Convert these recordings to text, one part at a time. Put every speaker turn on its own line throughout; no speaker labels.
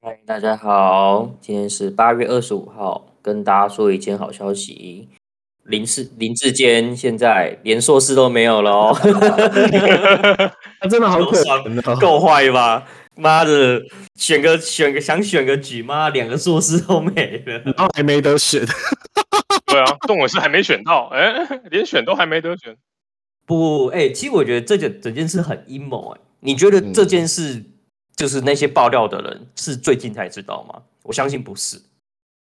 嗨，大家好，今天是八月二十五号，跟大家说一件好消息，林世林志坚现在连硕士都没有了哦，
他真的好
可
怜哦。
够坏吧？妈的，选个选个想选个举，妈两个硕士都没了，
然后还没得选，
对啊，动我是还没选到，哎、连选都还没得选。
不，哎、其实我觉得这件整件事很阴谋，哎，你觉得
嗯
这件事、就是那些爆料的人是最近才知道吗？我相信不是，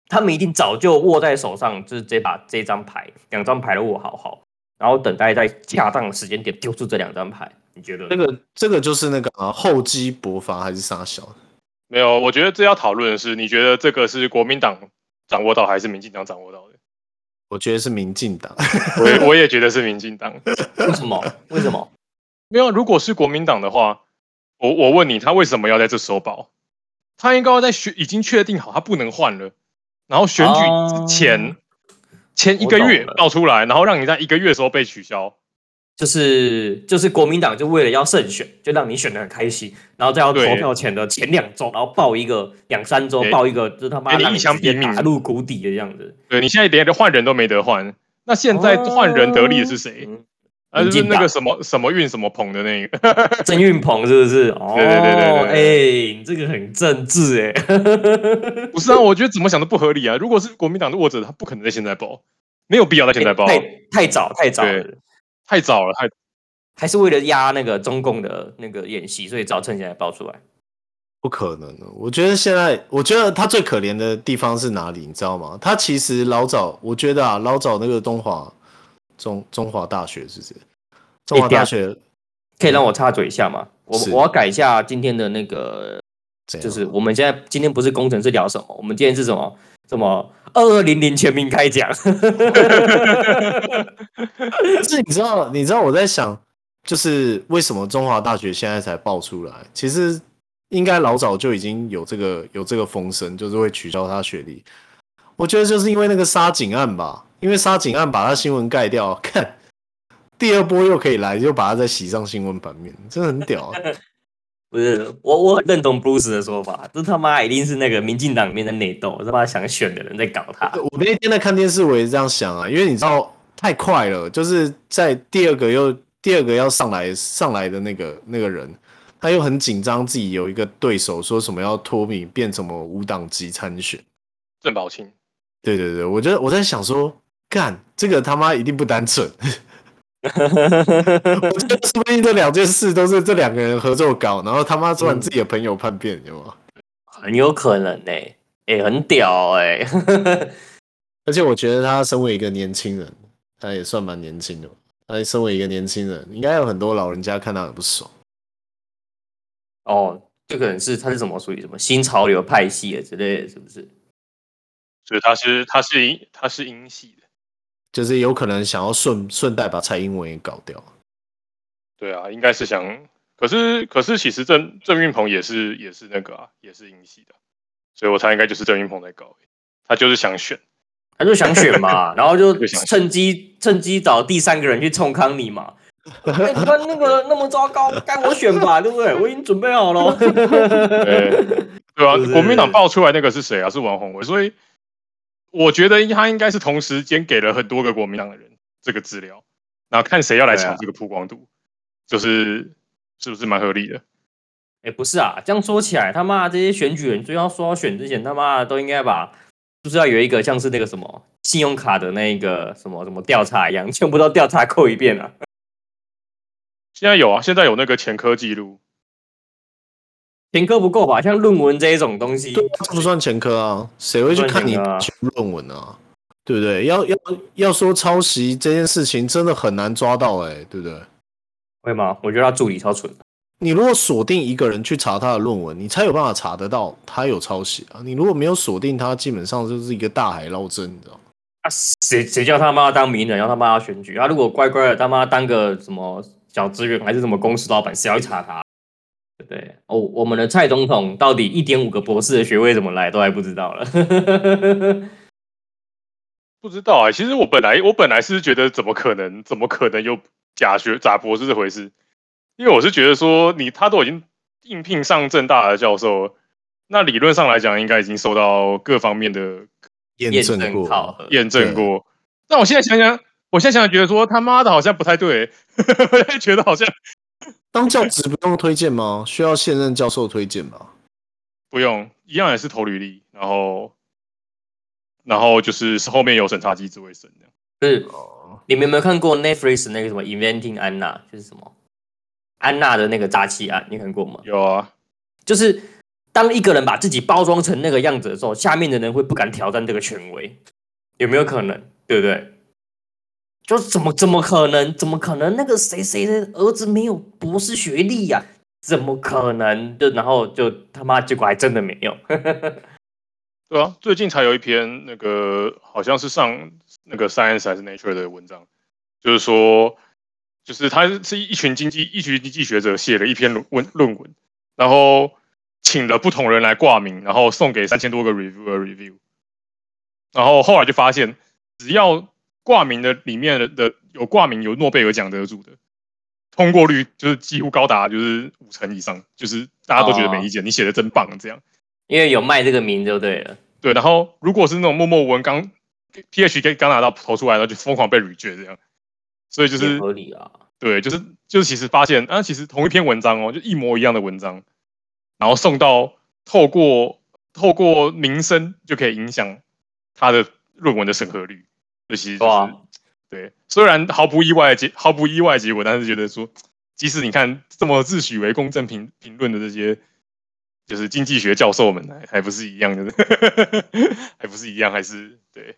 他们一定早就握在手上，就是这把这张牌，两张牌都握好好，然后等待在恰当的时间点丢出这两张牌。你觉得？
这个这个就是那个啊，厚积薄发还是啥小？
没有，我觉得这要讨论的是，你觉得这个是国民党掌握到还是民进党掌握到的？
我觉得是民进党，
我也我也觉得是民进党。
为什么？为什么？
没有，如果是国民党的话，我我问你，他为什么要在这时候报？他应该要在选已经确定好他不能换了，然后选举之前、
哦
前一个月
我懂了
报出来，然后让你在一个月的时候被取消。
就是就是国民党就为了要胜选，就让你选的很开心，然后再要投
对
票前的前两周，然后报一个两三周
给
报一个，就他妈
哎给你
让
一枪
直接
毙命
打入谷底的这样子。
对你现在连换人都没得换，那现在换人得利的是谁？
嗯
啊，就
哦民
是
进党
那个什么什么运什么鹏的那个，
郑运鹏是不是？哦，
对对对对
哎、你这个很政治哎、
不是啊？我觉得怎么想都不合理啊！如果是国民党的握者，他不可能在现在报，没有必 要在现在报，
太太早太早了
对，太早了，太
还是为了压那个中共的那个演习，所以早趁现在爆出来。
不可能的。我觉得现在，我觉得他最可怜的地方是哪里，你知道吗？他其实老早，我觉得啊，老早那个东华中中华大学是不是？中
哎
华大学
可以让我插嘴一下吗？我
是
我要改一下今天的那个
怎样
就是我们现在今天不是工程是聊什么？我们今天是什么？什么二二零零全民开讲？
但是你知道，你知道我在想，就是为什么中华大学现在才爆出来？其实应该老早就已经有这个有这个风声，就是会取消他学历。我觉得就是因为那个沙井案吧，因为沙井案把他新闻盖掉，看第二波又可以来，就把他再洗上新闻版面，真的很屌、啊。
不是我，我很认同 Bruce 的说法，这他妈一定是那个民进党里面的内斗，他妈想选的人在搞他。
我那天在看电视，我也是这样想啊，因为你知道太快了，就是在第二个又第二个要上来上来的那个那个人，他又很紧张自己有一个对手，说什么要脱敏变什么无党籍参选。
郑宝清。
对对对，我觉得我在想说，干这个他妈一定不单纯，我觉得说不定这两件事都是这两个人合作搞，然后他妈突然自己的朋友叛变，有吗？
很有可能呢、欸，哎、很屌哎、
而且我觉得他身为一个年轻人，他也算蛮年轻的吧。他身为一个年轻人，应该有很多老人家看他很不爽。
哦，这可能是他是什么属于什么新潮流派系的之类的，是不是？
所以他是他是英他是英系的，
就是有可能想要顺顺带把蔡英文也搞掉。
对啊，应该是想，可是可是其实郑郑运鹏也是也是那个啊，也是英系的，所以我猜应该就是郑运鹏在搞，他就是想 选，
他就想选 嘛，然后就
就想选
趁机趁机找第三个人去冲康你嘛。哎你看那个那么糟糕，该我选吧，对不对？我已经准备好了。哦
对对啊
是，
国民党爆出来那个是谁啊？是王宏伟，所以我觉得他应该是同时间给了很多个国民党的人这个资料，然后看谁要来
对啊
抢这个曝光度，就是是不是蛮合理的？
哎、不是啊，这样说起来，他妈这些选举人最要说要选之前，他妈的都应该把，就是要有一个像是那个什么信用卡的那个什么什么调查一样，全部都调查过一遍啊。
现在有啊，现在有那个前科记录，
前科不够吧？像论文这一种东西，
对，这不算前科啊，谁会去看你
不算前
前论文啊？对不对？要要要说抄袭这件事情，真的很难抓到哎、对不对？
会吗？我觉得他助理超蠢的。
你如果锁定一个人去查他的论文，你才有办法查得到他有抄袭啊。你如果没有锁定他，基本上就是一个大海捞针，你知道吗？
啊，谁谁叫他妈当名人，然后他妈要选举？他啊如果乖乖的他妈当个什么小职员还是什么公司老板，谁要去查他？对不对？哦，我们的蔡总统到底一点五个博士的学位怎么来都还不知道了。
不知道啊、其实我本来我本来是觉得怎么可能，怎么可能有假学假博士这回事？因为我是觉得说你他都已经应聘上正大的教授了，那理论上来讲应该已经受到各方面的
验
验
证
证
过，
考核，
验证过。但我现在想想，我现在想想觉得说他妈的好像不太对、 我现在觉得好像
当教职不用推荐吗？需要现任教授推荐吧？
不用，一样也是投履历，然后然后就是后面有审查机制会审的。
就是
哦，
你们有没有看过 Netflix 那个什么 Inventing Anna，就是什么安娜的那个诈欺案？你看过吗？
有啊，
就是当一个人把自己包装成那个样子的时候，下面的人会不敢挑战这个权威，有没有可能？对不对？就怎么怎么可能？怎么可能？那个谁谁的儿子没有博士学历呀、怎么可能？就然后就他妈结果还真的没有。
对啊，最近才有一篇那个好像是上那个 Science 还是 Nature 的文章，就是说，就是他是一群经济一群经济学者写了一篇论文论文，然后请了不同人来挂名，然后送给三千多个 reviewer review，然后后来就发现，只要挂名的里面的的有挂名有诺贝尔奖得主的，通过率就是几乎高达就是五成以上，就是大家都觉得没意见，你写的真棒这样。
因为有卖这个名就对了。
对，然后如果是那种默默无闻刚 PhD 刚拿到投出来，然后就疯狂被 reject 这样，所以就
也
是
合理啊。
对，就是就是其实发现啊，其实同一篇文章哦，就一模一样的文章，然后送到透过透过名声就可以影响他的论文的审核率，这其实就是
哇
对，虽然毫不意外的结毫不意外的结果，但是觉得说，即使你看这么自诩为公正评评论的这些，就是经济学教授们，还还不是一样的， 还不是一样，还是对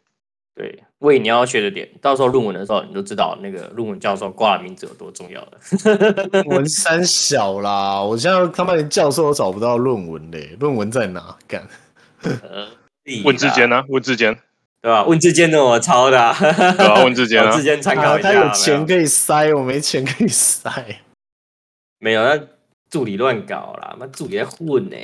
对，为你要学的点，到时候论文的时候你就知道那个论文教授挂的名字有多重 要了。
文三小啦，我现在他妈连教授都找不到论文嘞，论文在哪？干，
啊
问之间呢、啊问之间，
对吧、问之间的我抄的、啊，
对啊，问之间
我
啊
之，间参考
啊
一下。
他有
没
钱可以塞，我没钱可以塞。
没有，那助理乱搞啦，那助理在混呢、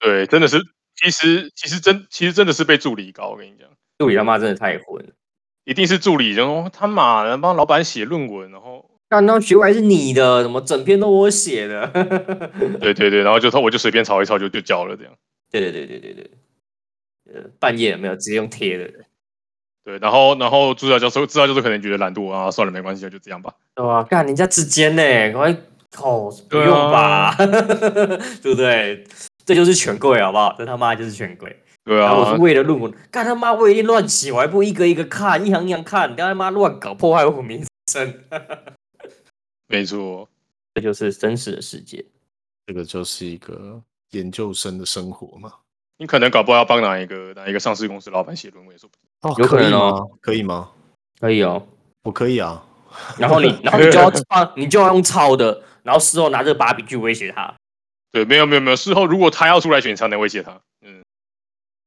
对，真的是，其实其实真其实真的是被助理搞，我跟你讲，
助理他妈真的太混了。
一定是助理，然后他妈的帮老板写论文，然后
那那学位还是你的，怎么整篇都我写的？
对对对，然后就他我就随便抄一抄就就交了这样。
对对对对对对，呃，半夜有没有直接用贴的，
对，然后然后助教教授，助教教授可能觉得懒惰啊，算了，没关系，就这样吧。
对吧、干人家之间呢、欸，赶快哦，不
对啊
用吧，啊 对不对？这就是权贵好不好？这他妈就是权贵。
对
然后我
啊
是，为了论文，干他妈我一定乱写，我还不一个一个看，一行一行看，你他妈乱搞，破坏我名声。
没错，
这就是真实的世界。
这个就是一个研究生的生活嘛。
你可能搞不好要帮哪一个哪一个上市公司老板写论文也说不定。
哦，
有可能
吗
哦？
可以吗？
可以哦。
我可以啊。
然后你，然后你就要放，你就要用抄的，然后事后拿这个把柄去威胁他。
对，没有没有没有，事后如果他要出来选，你才能威胁他。嗯，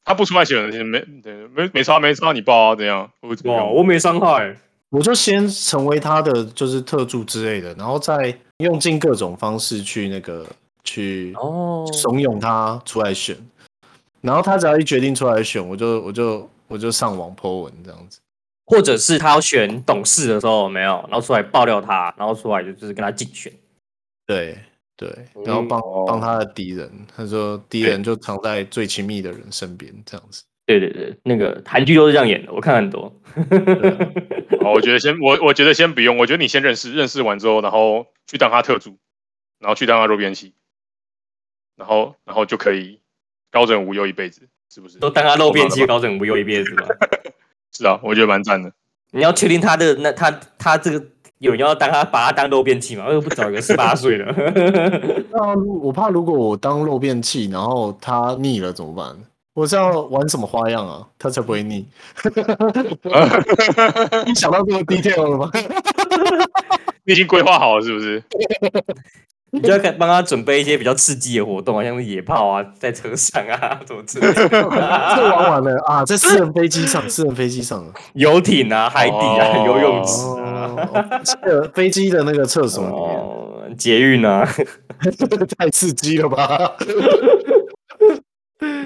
他不出来选，没对没没差没差，你报啊，怎样？我怎么样
没伤害。
我就先成为他的就是特助之类的，然后再用尽各种方式去那个去
哦，
怂恿他出来选，然后他只要一决定出来选，我就我就我就上网 po 文这样子。
或者是他要选董事的时候有没有，然后出来爆料他，然后出来就是跟他竞选。
对对，然后帮
哦
帮他的敌人，他说敌人就藏在最亲密的人身边这样子。
对对对，那个韩剧都是这样演的，我看很多。
好，我觉得先我我觉得先不用，我觉得你先认识，认识完之后，然后去当他特助，然后去当他肉边器，然后然后就可以高枕无忧一辈子，是不是？
都当他漏变
好吧
机高枕无忧一辈子吧。
是啊，我觉得蛮赞的。
你要确定他的那他他这个有人要当他把他当漏变器吗？又不找一个十八岁的。
那如我怕如果我当漏便器，然后他腻了怎么办？我是要玩什么花样啊？他才不会腻。你想到这么 detail 了吗？
你已经规划好了是不是？
你就要看帮他准备一些比较刺激的活动啊，像是野炮啊，在车上啊，怎么之类 的啊
这玩完了啊，在私人飞机上，私人飞机上了。
游艇啊、海底啊、
哦
游泳池啊、
哦，这个飞机的那个厕所里面，
哦，捷运啊，
太刺激了吧？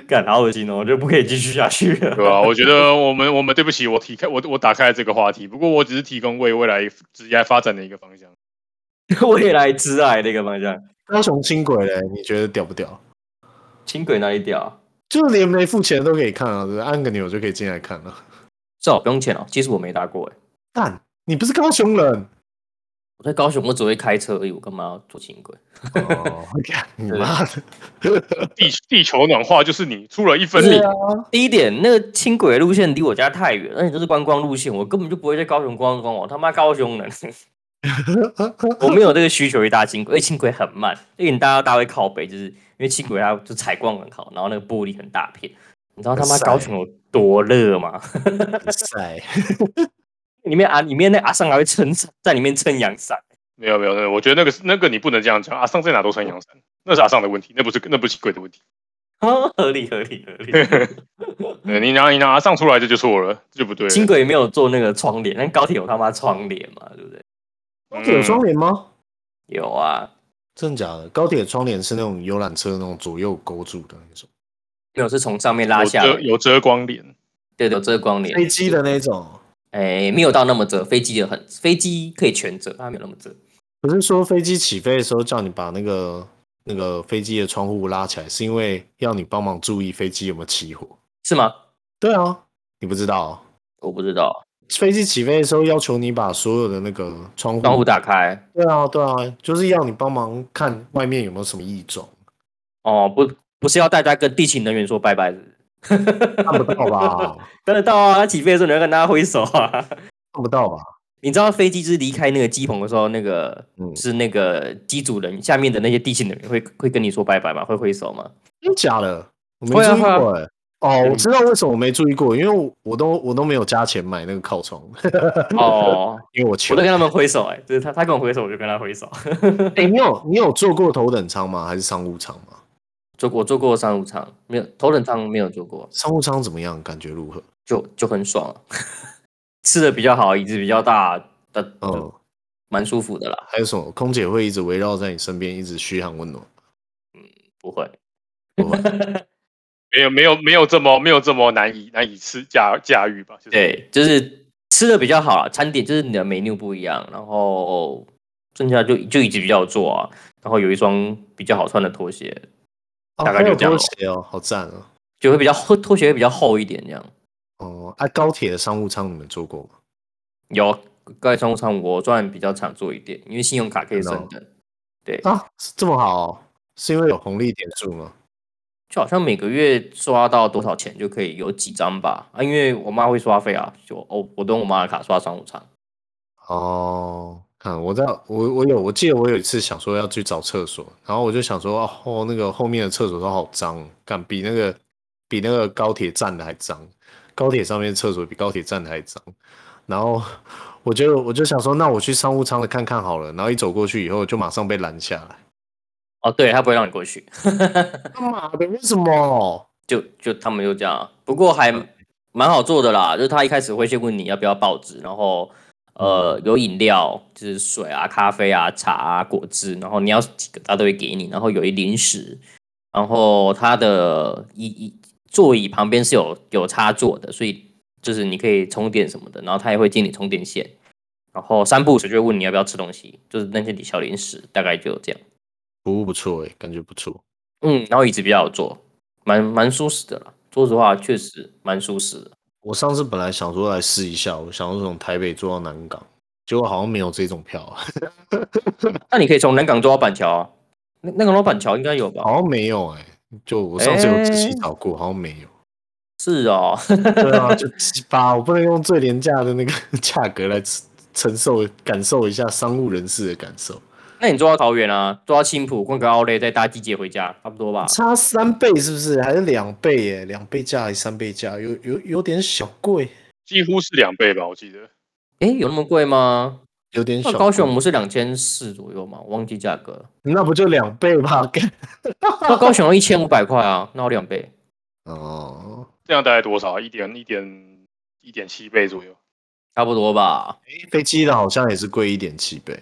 干好恶心哦，我就不可以继续下去了。
对吧、啊我觉得我们我们对不起，我提开我我打开了这个话题，不过我只是提供为未来职业发展的一个方向。
未来之爱那个方向，
高雄轻轨嘞，你觉得屌不屌？
轻轨那一条，
就是连没付钱都可以看啊，就是按个钮就可以进来看了。
这好不用钱哦。其实我没搭过哎，
但你不是高雄人，
我在高雄，我只会开车而已，我干嘛要坐轻轨？
哦，你妈 的！
地地球暖化就是你出了一分力
对，啊第一点，那个轻轨路线离我家太远，而且这是观光路线，我根本就不会在高雄观光。我他妈高雄人，我没有这个需求去搭轻轨，因为轻轨很慢。因为你搭到大会靠北，就是因为轻轨它就采光很好，然后那个玻璃很大片。你知道他妈
很晒
高雄有多热吗？
塞，
里面啊，里面那阿桑还会撑伞，在里面撑阳伞。
没有没有，没有我觉得那个是那个你不能这样讲，阿尚在哪都穿阳伞，那是阿尚的问题，那不是那不是鬼的问题。
哦，合理合理合理。
呃，你拿你拿阿尚出来这就错了，这就不对了。
轻轨没有做那个窗帘，但高铁有他妈窗帘嘛，对不对？
高铁有
嗯
窗帘吗？
有啊，
嗯真的假的？高铁窗帘是那种游览车那种左右勾住的那种，
没有是从上面拉
有
下
遮
来，
有遮光帘，
对对，有遮光帘。
飞机的那种。
哎，没有到那么折，飞机的很，飞机可以全折，它没有那么折。
不是说飞机起飞的时候叫你把那个那个飞机的窗户拉起来，是因为要你帮忙注意飞机有没有起火？
是吗？
对啊，你不知道哦、
我不知道，
飞机起飞的时候要求你把所有的那个窗户，
窗户打开
对啊对啊，就是要你帮忙看外面有没有什么异状，
哦，不不是要大家跟地勤人员说拜拜是不是
看不到 吧？
当然到啊，他起飞的时候你要跟大家挥手啊。
看不到吧？
你知道飞机就是离开那个机棚的时候，那个、
嗯
是那个机组人下面的那些地勤人员会会跟你说拜拜吗？会挥手吗？
真的假的？我没
会啊
注意
会啊
过、欸。哦，我知道为什么我没注意过，因为我我都我都没有加钱买那个靠窗，
哦，
因为我
我
穷
都。跟他们挥手哎、就是他他跟我挥手，我就跟他挥手。
哎、你有你有坐过头等舱吗？还是商务舱吗？
坐过我坐过商务舱，没有头等舱没有坐过，
商务舱怎么样？感觉如何？
就就很爽、 啊，吃的比较好，椅子比较大，的
嗯，
蛮舒服的啦，
还有什么？空姐会一直围绕在你身边，一直嘘寒问 暖。
不会。
不会
没有没有没有这么没有这么难以难以吃驾驾驭吧？就是，
对，就是吃的比较好啦，餐点就是你的 menu 不一样，然后剩下就就椅子比较好坐啊，然后有一双比较好穿的拖鞋，
哦
大
还
概
有
就这
拖
样咯
鞋哦，好赞哦。
就会比较厚，拖鞋会比较厚一点这样。
哦，啊，高铁的商务舱你们坐过吗？
有，啊高铁商务舱我算比较常坐一点，因为信用卡可以
真的哦
升等，对，
啊，这么好哦、是因为有红利点数吗？
就好像每个月刷到多少钱就可以有几张吧，啊，因为我妈会刷费啊，就哦，我都用我妈的卡刷商务舱。
哦，看我在我我有，我记得我有一次想说要去找厕所，然后我就想说哦，那个后面的厕所都好脏，干比那个比那个高铁站的还脏，高铁上面的厕所比高铁站的还脏。然后我就我就想说，那我去商务舱的看看好了。然后一走过去以后，就马上被拦下来。
哦，对，他不会让你过去，
干嘛的？为什么？
就就他们就这样啊。不过还蛮好做的啦，就是他一开始会先问你要不要报纸，然后呃有饮料，就是水啊、咖啡啊、茶啊、果汁，然后你要几个他都会给你，然后有一零食，然后他的椅椅座椅旁边是有有插座的，所以就是你可以充电什么的，然后他也会接你充电线。然后三不五时就会问你要不要吃东西，就是那些小零食，大概就这样。
服务不错诶、感觉不错。
嗯，然后椅子比较好坐，蛮蛮舒适的啦。说实话，确实蛮舒适的。
我上次本来想说来试一下，我想说从台北坐到南港，结果好像没有这种票，
那你可以从南港坐到板桥啊，那那个老板桥应该有吧？
好像没有哎、就我上次有仔细
欸
找过，好像没 有。
是哦，
对啊，就鸡巴，我不能用最廉价的那个 价格来承承受感受一下商务人士的感受，
那你坐到桃园啊，坐到青浦，逛个奥莱，再搭地铁回家，差不多吧？
差三倍是不是？还是两倍耶、两倍价还是三倍价？有有有点小贵。
几乎是两倍吧，我记得。
诶，有那么贵吗？
有点
那
小。
高雄不是两千四左右吗？我忘记价格了。
那不就两倍吧？干
那高雄一千五百块啊，那我两倍。
哦，
这样大概多少啊？一点一点一点七倍左右。
差不多吧，
诶飞机的好像也是贵一点七倍。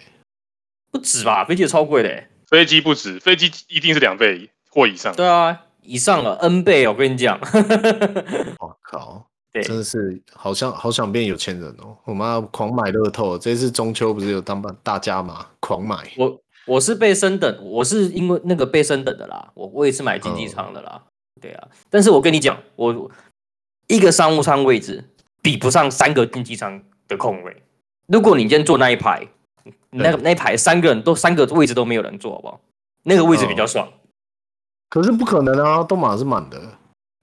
不止吧？飞机也超贵嘞、
飞机不止，飞机一定是两倍或以上。
对啊，以上了 N 倍，我跟你讲。
我靠，
对
真的是好像好想变有钱人哦！我妈狂买乐透，这次中秋不是有当大大家嘛，狂买。
我我是被升等，我是因为那个被升等的啦，我我也是买经济舱的啦，对啊。但是我跟你讲，我一个商务舱位置比不上三个经济舱的空位。如果你今天坐那一排，你那个那一排三个人都三个位置都没有人坐，好不好？那个位置比
哦
较爽。
可是不可能啊，都满是满的。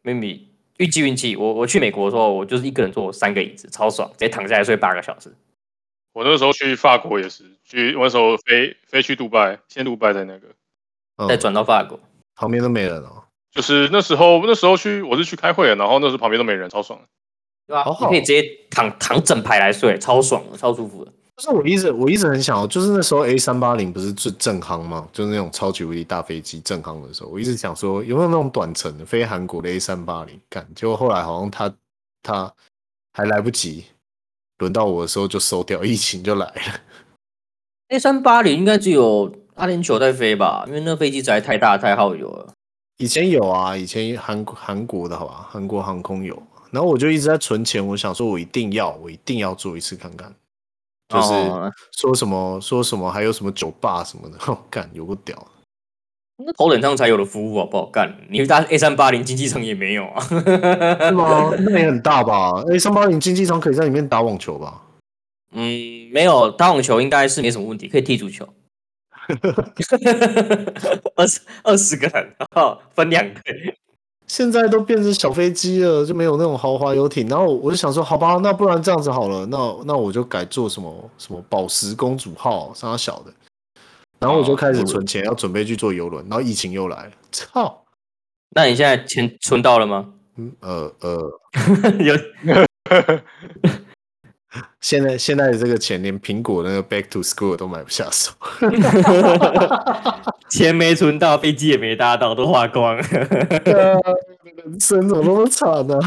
maybe 运气运气，我我去美国的时候，我就是一个人坐三个椅子，超爽，直接躺下来睡八个小时。
我那时候去法国也是，去我那时候飞飞去杜拜，先杜拜在那个，
嗯、
再转到法国，
旁边都没人哦。
就是那时候那时候去我是去开会的，然后那时候旁边都没人，超爽的。
对吧、
好好
你可以直接躺躺整排来睡，超爽的，超舒服的。
就是我一直我一直很想要，就是那时候 A 三八零不是最正航嘛，就是那种超级无敌大飞机正航的时候，我一直想说有没有那种短程的飞韩国的 A 三八零，干，结果后来好像他他还来不及，轮到我的时候就收掉，疫情就来了。
A 三八零应该只有阿联酋在飞吧，因为那飞机实在太大太耗油了。
以前有啊，以前韩国韩国的好吧，韩国航空有，然后我就一直在存钱，我想说我一定要我一定要做一次看看，就是
哦
说什么说什么还有什么酒吧什么的， 哦干有个屌的。
那头等舱才有的服务啊，不好干。你搭 A 三八零经济舱也没有啊。
是吗？那也很大吧？哎、三八零竞技场可以在里面打网球吧？
嗯，没有打网球应该是没什么问题，可以踢足 球。二十二十个人，然后分两队。
现在都变成小飞机了，就没有那种豪华游艇。然后我就想说，好吧，那不然这样子好了，那那我就改做什么什么宝石公主号，啥小的。然后哦我就开始存钱，要准备去做游轮。然后疫情又来了，操！
那你现在钱存到了吗？
嗯呃呃，
有
现在现在的这个钱，连苹果那个 Back to School 都买不下手。
钱没存到，飞机也没搭到，都花光了。
啊人 生怎么那么惨呢、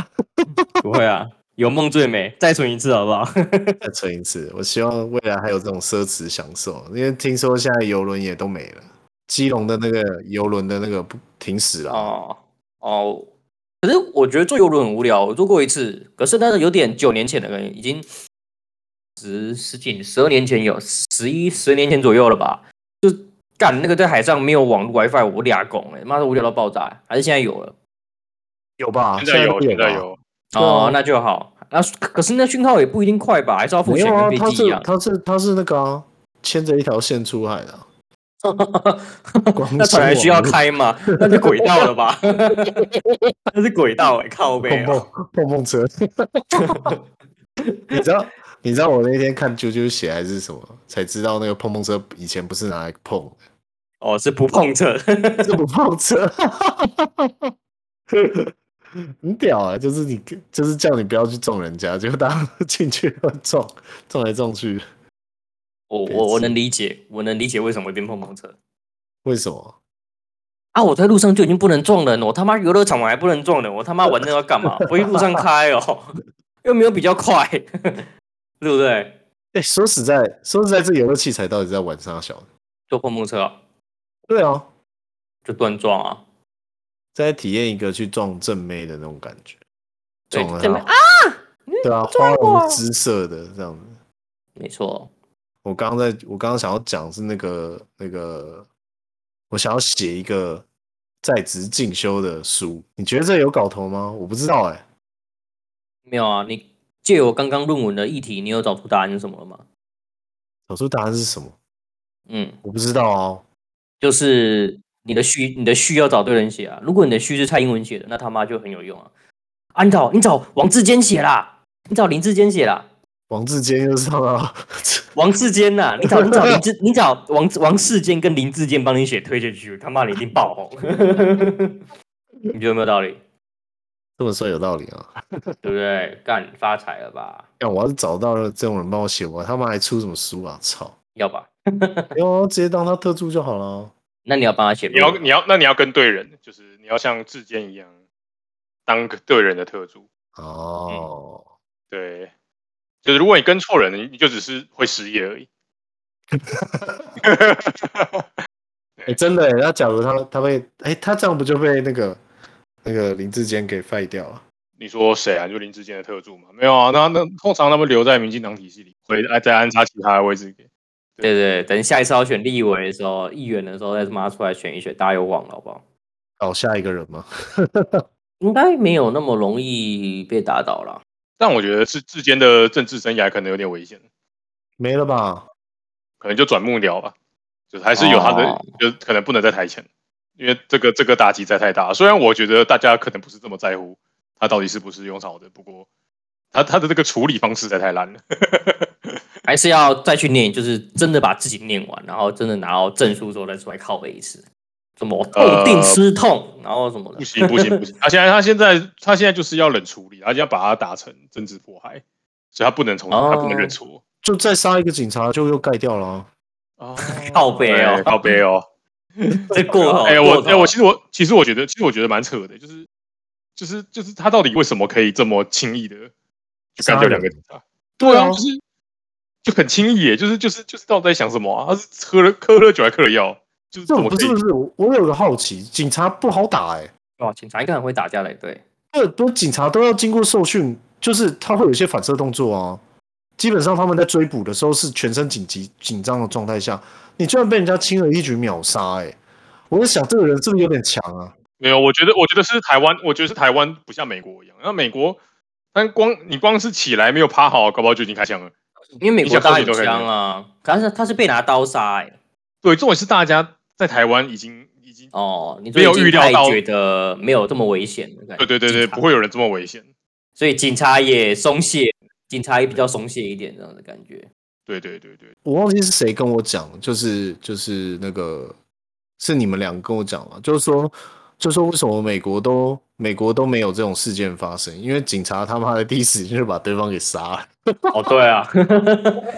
不会啊，有梦最美，再存一次好不好？
再存一次。我希望未来还有这种奢侈享受，因为听说现在游轮也都没了，基隆的那个游轮的那个不停驶了。
哦哦，可是我觉得坐游轮很无聊，我坐过一次，可是那个有点九年前的，已经十十几、十二年前有十一、十年前左右了吧？就干那个在海上没有网络 WiFi，我俩拱哎，妈的无聊到爆炸，还是现在有了
有
啊
吧？
现在有，
现
现在
吧。
有，
啊
哦，那就好。那、可是那讯号也不一定快吧，还是要付
没
钱
有啊，
跟
他
飞机一
是
样。
他是他是那个啊，牵着一条线出海的啊、 广
那船还需要
州网
开吗？ 那是轨道 了吧？那是轨道哎、靠
络
背、
碰
啊。
碰碰碰车。 你知道你知道我那天看啾啾鞋还是什么，才知道那个碰碰车以前不是拿来碰的，
哦，是不碰车。
这不碰车， 很屌啊！就是你，就是叫你不要去撞人家，结果大家都进去乱撞，撞来撞去，
我
北
我我
极
能理解，我能理解为什么会变碰碰车
为什么？
啊！我在路上就已经不能撞人了，我他妈游乐场我还不能撞人，我他妈玩那要干嘛？我去路上开哦， 又没有比较快， 对不对？
哎、说实在，说实在，这游乐器材到底在玩啥小的？
坐碰碰车啊
对啊，
就乱撞啊！
在体验一个去撞正妹的那种感觉，
对啊
撞了
正妹
她，对啊，花容失色的这样子。
没错，
我刚刚在，我刚刚想要讲是那个那个，我想要写一个在职进修的书，你觉得这有搞头吗？我不知道哎、
没有啊！你借我刚刚论文的议题，你有找出答案是什么了吗？
找出答案是什么？
嗯，
我不知道哦。
就是你的序，你的序要找对人写啊。如果你的序是蔡英文写的，那他妈就很有用啊！啊，你找你找王志坚写啦，你找林志坚写啦。
王志坚又上了，啊
王世坚呐、你找你找林志，你找王王世坚跟林志坚帮 你写推荐序，他妈你一定爆红。你觉得有没有道理？
这么说有道理啊！
对不对？干发财了吧？
哎，我要是找到了这种人帮我写，我他妈还出什么书啊？操！
要吧？
然后直接当他特助就好了。啊
那你要帮他写
你
论
要
文吗，
你要那你要跟对人，就是你要像志坚一样当个对人的特助。
哦，
对，就是如果你跟错人，你你就只是会失业而已。
哎、真的耶，那假如他他被哎、他这样不就被那个那个林志坚给废掉了？
你说谁啊？就林志坚的特助嘛？没有啊，那那通常他们留在民进党体系里，会再安插其他的位置给。
对对，对等下一次要选立委的时候、议员的时候，再他妈出来选一选，大家有网了，好不好？
搞下一个人吗？
应该没有那么容易被打倒啦。
但我觉得是志坚的政治生涯可能有点危险，
没了吧？
可能就转幕僚吧，就是还是有他的，
哦
就可能不能在台前，因为这个这个打击实在太大了。虽然我觉得大家可能不是这么在乎他到底是不是用草的，不过他他的这个处理方式实在太烂了。
还是要再去念，就是真的把自己念完，然后真的拿到证书之后再出来靠背一次，什么痛定思痛，
呃
然后什
不
么的。
行不行不行！他现在他现在他现在就是要冷处理，而且要把它打成政治迫害，所以他不能从、他不能认错
就再杀一个警察就又盖掉了啊、
哦，
靠背哦
对靠背 哦。
这过头，
哎、我
过
哎、
头
我其实我其实我觉得其实我觉得蛮扯的，就是就是就是他到底为什么可以这么轻易的就干掉两个警察？对啊，就是就很轻易耶，就是就是就是到底在想什么啊？他是喝了喝了酒还嗑了药，就是
这
怎
种
么
不
可
是
以
不？是，我我有个好奇，警察不好打哎、
哇，哦警察应该很会打架嘞，对，
很多警察都要经过受训，就是他会有一些反射动作啊。基本上他们在追捕的时候是全身紧急紧张的状态下，你居然被人家轻而易举秒杀，哎，我在想这个人是不是有点强啊？
没有，我觉得我觉得是台湾，我觉得是台湾不像美国一样，那美国。但光你光是起来没有趴好，搞不好就已经开枪了。
因为美国
你想
大
喝
有
酒都可以
枪啊，可是他是被拿刀杀哎、
对，重点是大家在台湾已经已经，
哦，你
没有预料到
觉得没有这么危险的感觉，
对对对对，
警察
不，会有人这么危险。
所以警察也松懈，警察也比较松懈一点这样的感觉。
对对对对，
我忘记是谁跟我讲，就是就是那个是你们两个跟我讲嘛，啊就是说就是说为什么美国都美国都没有这种事件发生，因为警察他妈的第一时间就把对方给杀了，
哦，对 啊，
是你们讲的
妈，我直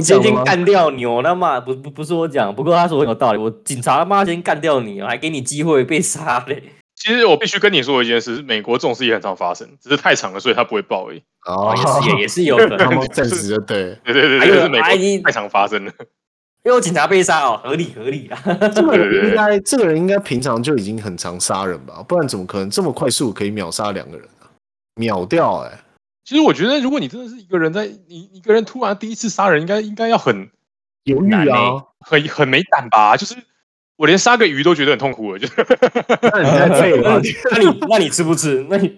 接
吗？
干掉你！我他妈不不不是我讲，不过他说很有道理。我警察他妈先干掉你，还给你机会被杀嘞！
其实我必须跟你说一件事，美国这种事也很常发生，只是太长了，所以它不会爆而已。
哦
也是也也是有可
他
能，
们暂时就对。
对对对
哎
对，
呦
就是美
啊
哎你
国太常发生了。
因为我警察被杀哦，合理合理啊！？
这个
对对
人
对
应该，这个人应该平常就已经很常杀人吧，不然怎么可能这么快速可以秒杀两个人啊？秒掉哎、
其实我觉得，如果你真的是一个人在你一个人突然第一次杀人，应该应该要很
犹豫啊，
很很没胆吧？就是我连杀个鱼都觉得很痛苦了，就是
那你太废了吧
那你那你吃不吃？那你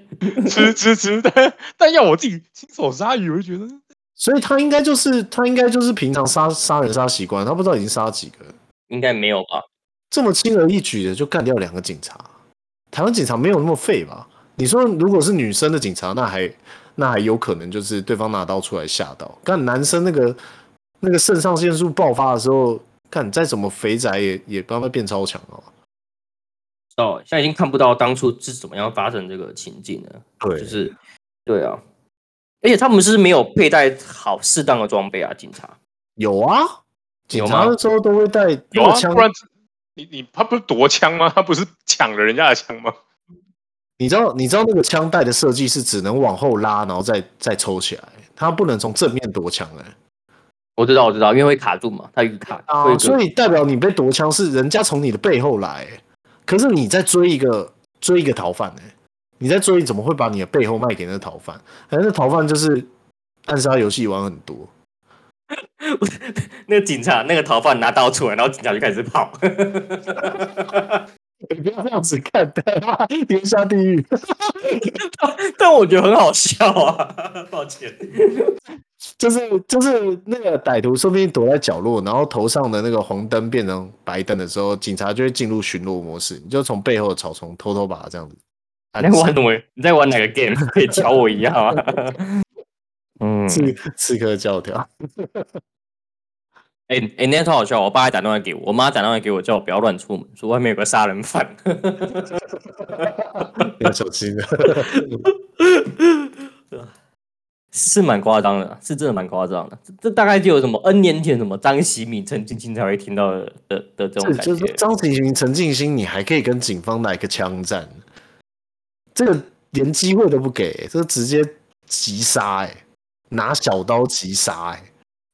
吃吃吃，但但要我自己亲手杀鱼，我就觉得
所以他应该就是他应该就是平常杀杀人杀习惯，他不知道已经杀几个了，
应该没有吧？
这么轻而易举的就干掉两个警察。台湾警察没有那么废吧？你说如果是女生的警察，那还那还有可能就是对方拿刀出来吓到，但男生那个那个肾上腺素爆发的时候，看再怎么肥宅也也慢慢变超强哦。
哦，现在已经看不到当初是怎么样发生这个情境了。
对
就是对啊，而且他们是没有佩戴好适当的装备啊，警察。
有啊，警
有
察
吗
的时候都会带
有啊，
枪
不。然你你他不是夺枪吗？他不是抢了人家的枪吗？
你知道，你知道那个枪带的设计是只能往后拉，然后再再抽起来，它不能从正面夺枪哎。
我知道，我知道，因为会卡住嘛，他鱼卡。会
啊，
有
所以代表你被夺枪是人家从你的背后来欸，可是你在追一个追一个逃犯哎，你在追，怎么会把你的背后卖给那逃犯？哎，那逃犯就是暗杀游戏玩很多，
那个警察，那个逃犯拿刀出来，然后警察就开始跑。
你不要这样子看待啊，你会下地狱。
但我觉得很好笑啊，抱歉。
就是就是那个歹徒说不定躲在角落，然后头上的那个红灯变成白灯的时候，警察就会进入巡逻模式，你就从背后的草丛偷偷把他这样子啊
啊你在
暗
玩
杀。
什么？你在玩哪个 game？可以教我一样 啊。嗯，
刺刺客教条，
哎、哎、哎、那天超好笑，我爸还打电话给我，我妈打电话给我，叫我不要乱出门，说外面有个杀人犯。
要小心的。
是蛮夸张的，是真的蛮夸张的。这这大概就有什么 N 年前什么张喜敏、陈晶晶才会听到的的的这种
对，
感
就是
觉。
张晴行、陈静心，你还可以跟警方来个枪战，这个连机会都不给、这直接急杀哎、拿小刀急杀哎、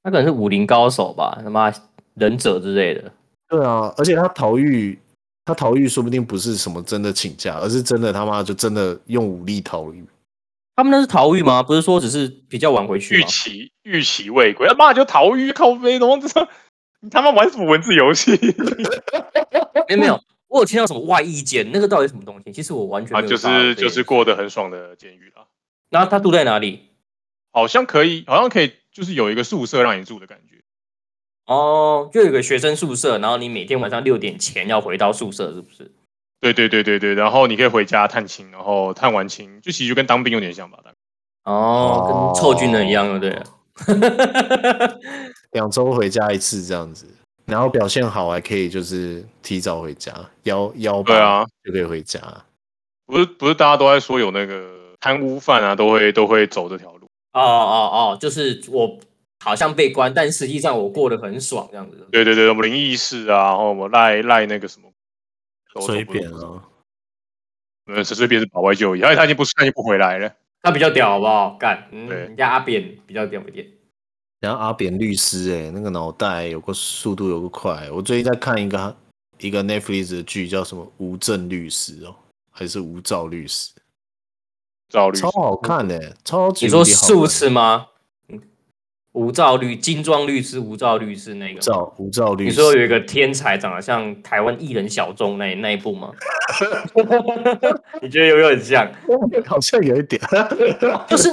他可能是武林高手吧，他妈忍者之类的。
对啊，而且他逃狱，他逃狱说不定不是什么真的请假，而是真的他妈就真的用武力逃狱。
他们那是逃狱吗？不是说只是啊比较晚回去
预
吗？
期预期未归，他啊妈就逃狱靠背，然后这你他妈玩什么文字游戏
没有没有，我有听到什么外衣间，那个到底是什么东西？其实我完全
啊？
没有
就
查到
是
这件
就
事
是。过得很爽的监狱啦，
然后他住在哪里？
好像可以，好像可以，就是有一个宿舍让你住的感觉。
哦，就有个学生宿舍，然后你每天晚上六点前要回到宿舍，是不是？
对对对对对，然后你可以回家探亲，然后探完亲，就其实就跟当兵有点像吧，大概
哦，跟臭军人一样，对不对？
哦两周回家一次这样子，然后表现好还可以就是提早回家，幺幺
对
八
啊，
就可以回家。
不是不是大家都在说有那个贪污犯啊，都会都会走这条路。
哦哦哦，就是我好像被关，但实际上我过得很爽，这样子。
对对对，我们灵异事啊，然后我们赖赖那个什么，都
随便，
都
啊，
不呃，随随便是保外就医，而且他已经不他已经不回来了。
他比较屌，好不好？干，嗯，
对
人家阿扁比较屌一点。
然后阿扁律师、欸，那个脑袋有个速度有个快。我最近在看一个一个 Netflix 的剧，叫什么《无证律师》哦，还是《无照律师
赵》，律师
超好看的、欸，超级
你说
无敌好看
数次吗？嗯，无照律、精装律师、无照律师那
无
个吗。
照无照律
你
师，
说有一个天才长得像台湾艺人小钟那那一部吗？ 你觉得有没有很像？
好像有一点，
就是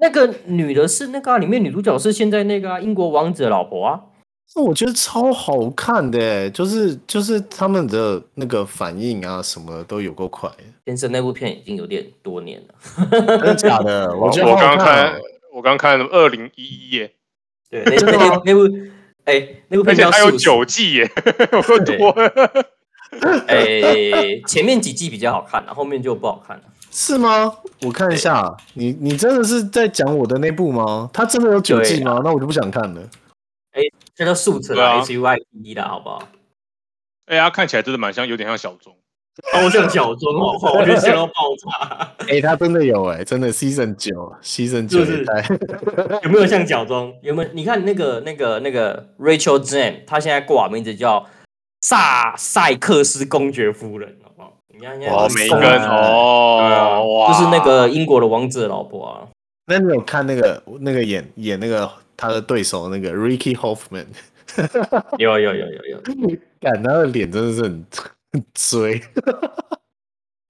那个女的是那个啊、里面女主角是现在那个、啊、英国王子的老婆啊。
那 我觉得超好看的、欸，就是就是他们的那个反应啊什么的都有够快，
先生那部片已经有点多年了，
真的假 的？
我
觉得好好
刚
看
看
哦，
我刚看二零一一耶，
对，那那那那部哎、那部
而
片
且
叫
它有
素食
九季耶， 我说多了。
哎、前面几季比较好看啊，后面就不好看了。
是吗？我看一下，你你真的是在讲我的那部吗？他真的有九季
对
吗？那我就不想看了。
这叫素质
对
啦
啊
，S U I E 啦，好不好？
哎呀，看起来真的蛮像，有点像小钟。
超像小钟哦，我就想到爆炸，
哎、他真的有哎、真的 season 九，season 九
就是
也在
有没有像小钟？有没有？你看那个那个那个 Rachel Zen，她现在挂名字叫萨塞克斯公爵夫人，好不好？你看现在
哇啊
哦，
是
梅
公
梅
根
根
哦，哇，
啊就是那个英国的王子的老婆啊，
那你有看那个那个演演那个他的对手那个 Ricky Hoffman，
有有有有有，
感他的脸真的是很 很追。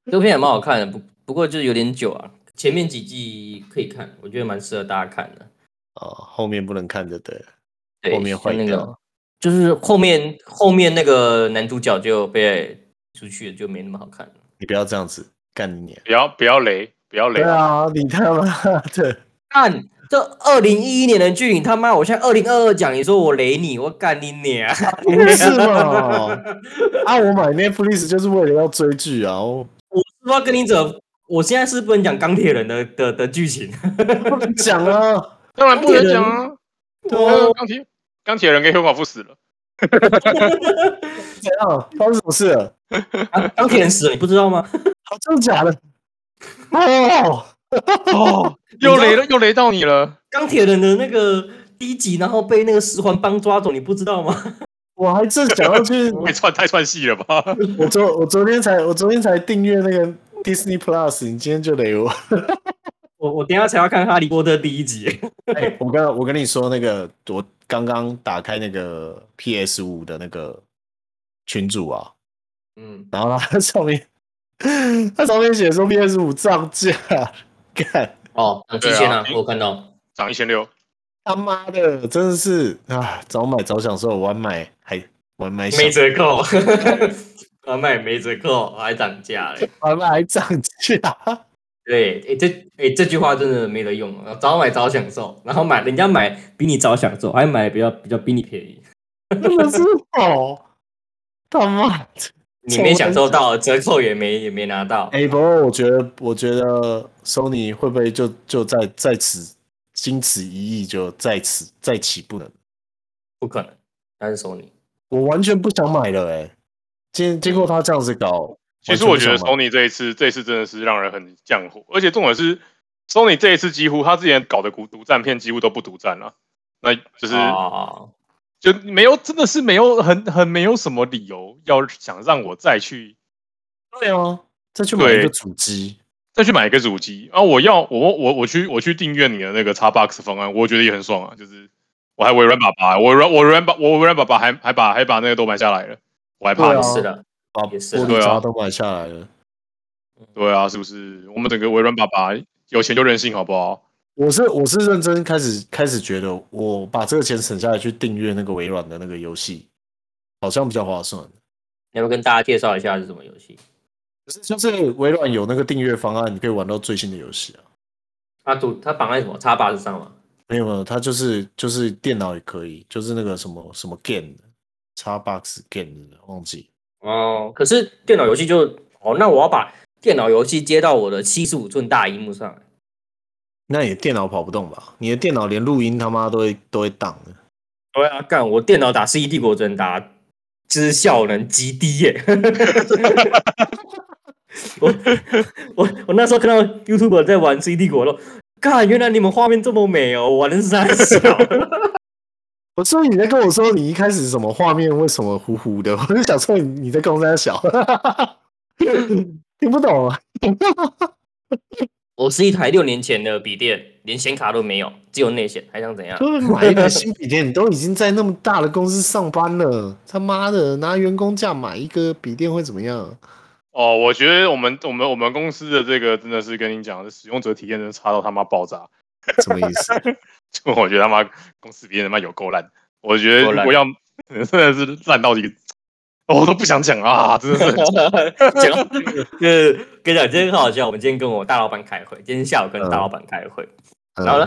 这部片也蛮好看的，不不过就是有点久啊，前面几季可以看，我觉得蛮适合大家看的。
哦，后面不能看就对了。
对，
后面
像
坏
那个
掉，
就是后面后面那个男主角就被出去了，就没那么好看了。
你不要这样子，干你娘！
不要不要雷，不要雷
对。啊，你他妈的！
干，这二零一一年的剧，你他妈！我现在二零二二讲，你说我雷你，我干你娘！啊
不是嘛？啊，我买 Netflix 就是为了要追剧啊！我
我要跟你走，我现在是不能讲钢铁人的的的剧情。
不能讲啊！
当然不能讲啊，
对啊，
钢铁钢铁人跟黑寡妇死了，
怎样？发生什么事了？
啊钢铁人死了，你不知道吗？
啊，真的假的？哦，
哦，又雷了，又雷到你了。
钢铁人的那个第一集，然后被那个十环帮抓走，你不知道吗？
我还正想要 去，
你串太串戏了吧？
我昨我昨天才我昨天才订阅那个 Disney Plus，你今天就雷我。
我我等一下才要看《哈利波特》第一集。
哎，我刚我跟你说那个，我刚刚打开那个 PS 五的那个群主啊，
嗯，
然后它 上面它上面写说 PS 五涨价，干
哦，很
对啊
我看到。
涨一千六，
他妈的，真的是啊，早买早享受，晚买还晚买享
没折扣， 外卖没折扣还涨价嘞。
晚买还涨价。
对，哎、这哎、这句话真的没得用啊，早买早享受，然后买人家买比你早享受，还买比较比较比你便宜。
真的是哦，他妈的！
你没享受到折扣，也没也没拿到。
哎、不过我觉得，我觉得 Sony 会不会就就在在此经此一役就在此再起不能？
不可能，但是索尼，
我完全不想买了哎、经经过他这样子搞，
其实我觉得
完全不想买
Sony 这一次，这一次真的是让人很降火，而且重点是 Sony 这一次几乎他之前搞的独独占片几乎都不独占了，那就是、
哦，
就没有真的是没有很很没有什么理由要想让我再去
对啊，再去买一个
对
主机，
再去买一个主机啊！我要我我我去我去订阅你的那个 Xbox 方案，我觉得也很爽啊！就是我还微软爸爸，我微软我微软爸我微软爸爸还还把还把那个都买下来了，我还怕
对
呢
啊
是的，
把
也
玻
是啊
璃渣都买下来了。
对啊，是不是？我们整个微软爸爸有钱就任性好不好？
我是我是认真开始开始觉得，我把这个钱省下来去订阅那个微软的那个游戏，好像比较划算。
你要不要跟大家介绍一下是什么游戏？
可是就是微软有那个订阅方案，你可以玩到最新的游戏啊。
它主它绑在什么叉把子上吗？
没有没有，它就是就是电脑也可以，就是那个什么什么 game 的，Xbox game 的忘记。
哦，可是电脑游戏就哦，那我要把电脑游戏接到我的七十五寸大荧幕上，
那你的电脑跑不动吧？你的电脑连录音他妈都会都会挡的。
对啊，干我电脑打《世纪帝国》只能打，就是效能极低耶、 我我我那时候看到 YouTube 在玩《世纪帝国》了，干，原来你们画面这么美哦，我玩的是三 小。
我说你在跟我说你一开始什么画面为什么糊糊的，我就想说你你在跟我在小， 听不懂啊。
我是一台六年前的笔电，连显卡都没有，只有内显，还想怎 样？
就是买一台新笔电，你都已经在那么大的公司上班了，他妈的拿员工价买一个笔电会怎么样？
哦，我觉得我们我们我们公司的这个真的是跟你讲，这使用者体验真的差到他妈爆炸。
什么意思？嗯
就我觉得他妈公司别人他妈有够烂，我觉得
够烂
如果要真的是烂到一个，哦我都不想讲啊，真的是很
讲 到就是跟你讲，今天很好笑。我们今天跟我大老板开会，今天下午跟大老板开会，
嗯
然后呢，